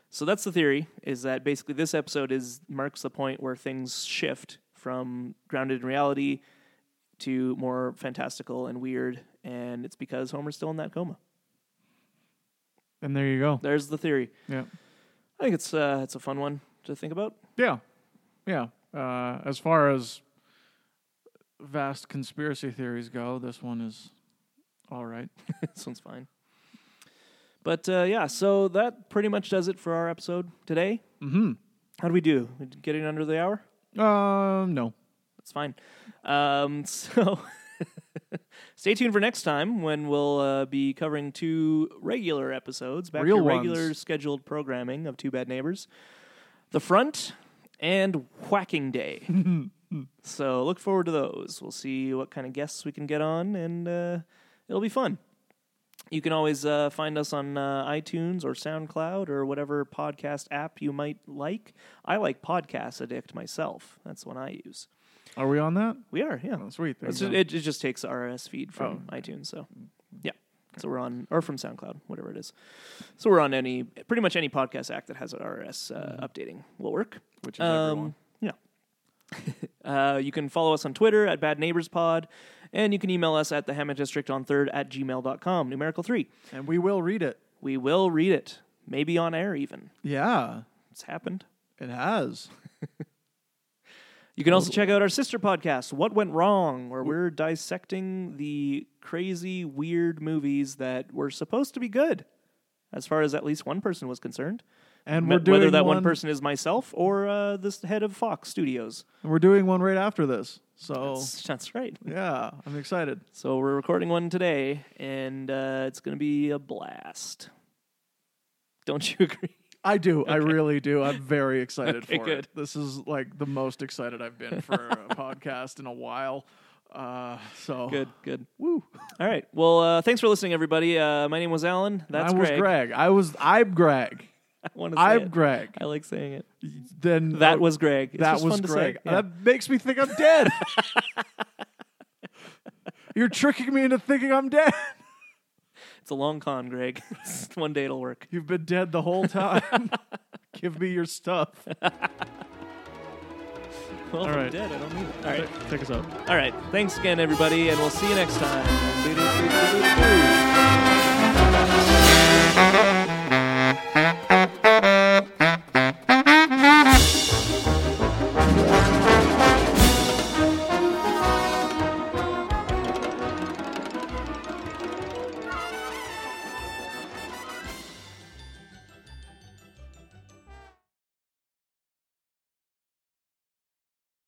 [SPEAKER 2] So that's the theory: is that basically this episode is marks the point where things shift from grounded in reality to more fantastical and weird, and it's because Homer's still in that coma.
[SPEAKER 1] And there you go.
[SPEAKER 2] There's the theory.
[SPEAKER 1] Yeah.
[SPEAKER 2] I think it's uh, it's a fun one to think about.
[SPEAKER 1] Yeah. Yeah. Uh, as far as vast conspiracy theories go, this one is all right.
[SPEAKER 2] this one's fine. But uh, yeah, so that pretty much does it for our episode today.
[SPEAKER 1] Mm-hmm.
[SPEAKER 2] How do we do? We Getting under the hour?
[SPEAKER 1] Um, no.
[SPEAKER 2] That's fine. Um, so stay tuned for next time when we'll uh, be covering two regular episodes back
[SPEAKER 1] Real
[SPEAKER 2] to
[SPEAKER 1] ones.
[SPEAKER 2] regular scheduled programming of Two Bad Neighbors, The Front and Whacking Day. so look forward to those. We'll see what kind of guests we can get on, and uh, it'll be fun. You can always uh, find us on uh, iTunes or SoundCloud or whatever podcast app you might like. I like Podcast Addict myself. That's one I use.
[SPEAKER 1] Are we on that?
[SPEAKER 2] We are, yeah.
[SPEAKER 1] Oh, sweet. There
[SPEAKER 2] It's
[SPEAKER 1] you
[SPEAKER 2] ju-
[SPEAKER 1] go. Oh. Mm.
[SPEAKER 2] it, it just takes RSS feed from iTunes, so yeah. So we're on, or from SoundCloud, whatever it is. So we're on any, pretty much any podcast act that has an RSS uh, updating will work.
[SPEAKER 1] Mm-hmm.
[SPEAKER 2] Um,
[SPEAKER 1] Which is everyone.
[SPEAKER 2] Yeah. uh, you can follow us on Twitter at Bad Neighbors Pod, and you can email us at the Hammett District on Third at gmail.com, numerical three.
[SPEAKER 1] And we will read it.
[SPEAKER 2] We will read it, maybe on air even.
[SPEAKER 1] Yeah.
[SPEAKER 2] It's happened.
[SPEAKER 1] It has.
[SPEAKER 2] You can also check out our sister podcast, What Went Wrong, where we're dissecting the crazy, weird movies that were supposed to be good, as far as at least one person was concerned.
[SPEAKER 1] And
[SPEAKER 2] M-
[SPEAKER 1] we're doing
[SPEAKER 2] whether that one,
[SPEAKER 1] one-
[SPEAKER 2] person is myself or uh, this head of Fox Studios.
[SPEAKER 1] And we're doing one right after this. So,
[SPEAKER 2] That's, that's right.
[SPEAKER 1] yeah, I'm excited.
[SPEAKER 2] So we're recording one today, and uh, it's going to be a blast. Don't you agree?
[SPEAKER 1] I do. I really do. I'm very excited
[SPEAKER 2] Okay,
[SPEAKER 1] for
[SPEAKER 2] good.
[SPEAKER 1] it. This is like the most excited I've been for a podcast in a while. Uh, so
[SPEAKER 2] Good, good.
[SPEAKER 1] Woo.
[SPEAKER 2] All right. Well, uh, thanks for listening, everybody. Uh, my name was Alan. That's
[SPEAKER 1] I was
[SPEAKER 2] Greg.
[SPEAKER 1] Greg. I was. I'm Greg.
[SPEAKER 2] I wanna say
[SPEAKER 1] I'm
[SPEAKER 2] it.
[SPEAKER 1] Greg.
[SPEAKER 2] I like saying it.
[SPEAKER 1] Then
[SPEAKER 2] That
[SPEAKER 1] oh,
[SPEAKER 2] was Greg. It's
[SPEAKER 1] that
[SPEAKER 2] just
[SPEAKER 1] was
[SPEAKER 2] fun to say.
[SPEAKER 1] Greg.
[SPEAKER 2] Yeah.
[SPEAKER 1] That makes me think I'm dead. You're tricking me into thinking I'm dead.
[SPEAKER 2] It's a long con, Greg. One day it'll work.
[SPEAKER 1] You've been dead the whole time. Give me your stuff.
[SPEAKER 2] Well,
[SPEAKER 1] All
[SPEAKER 2] I'm
[SPEAKER 1] right.
[SPEAKER 2] dead. I don't need it. All right.
[SPEAKER 1] Take- Take us out.
[SPEAKER 2] All right. Thanks again, everybody, and we'll see you next time.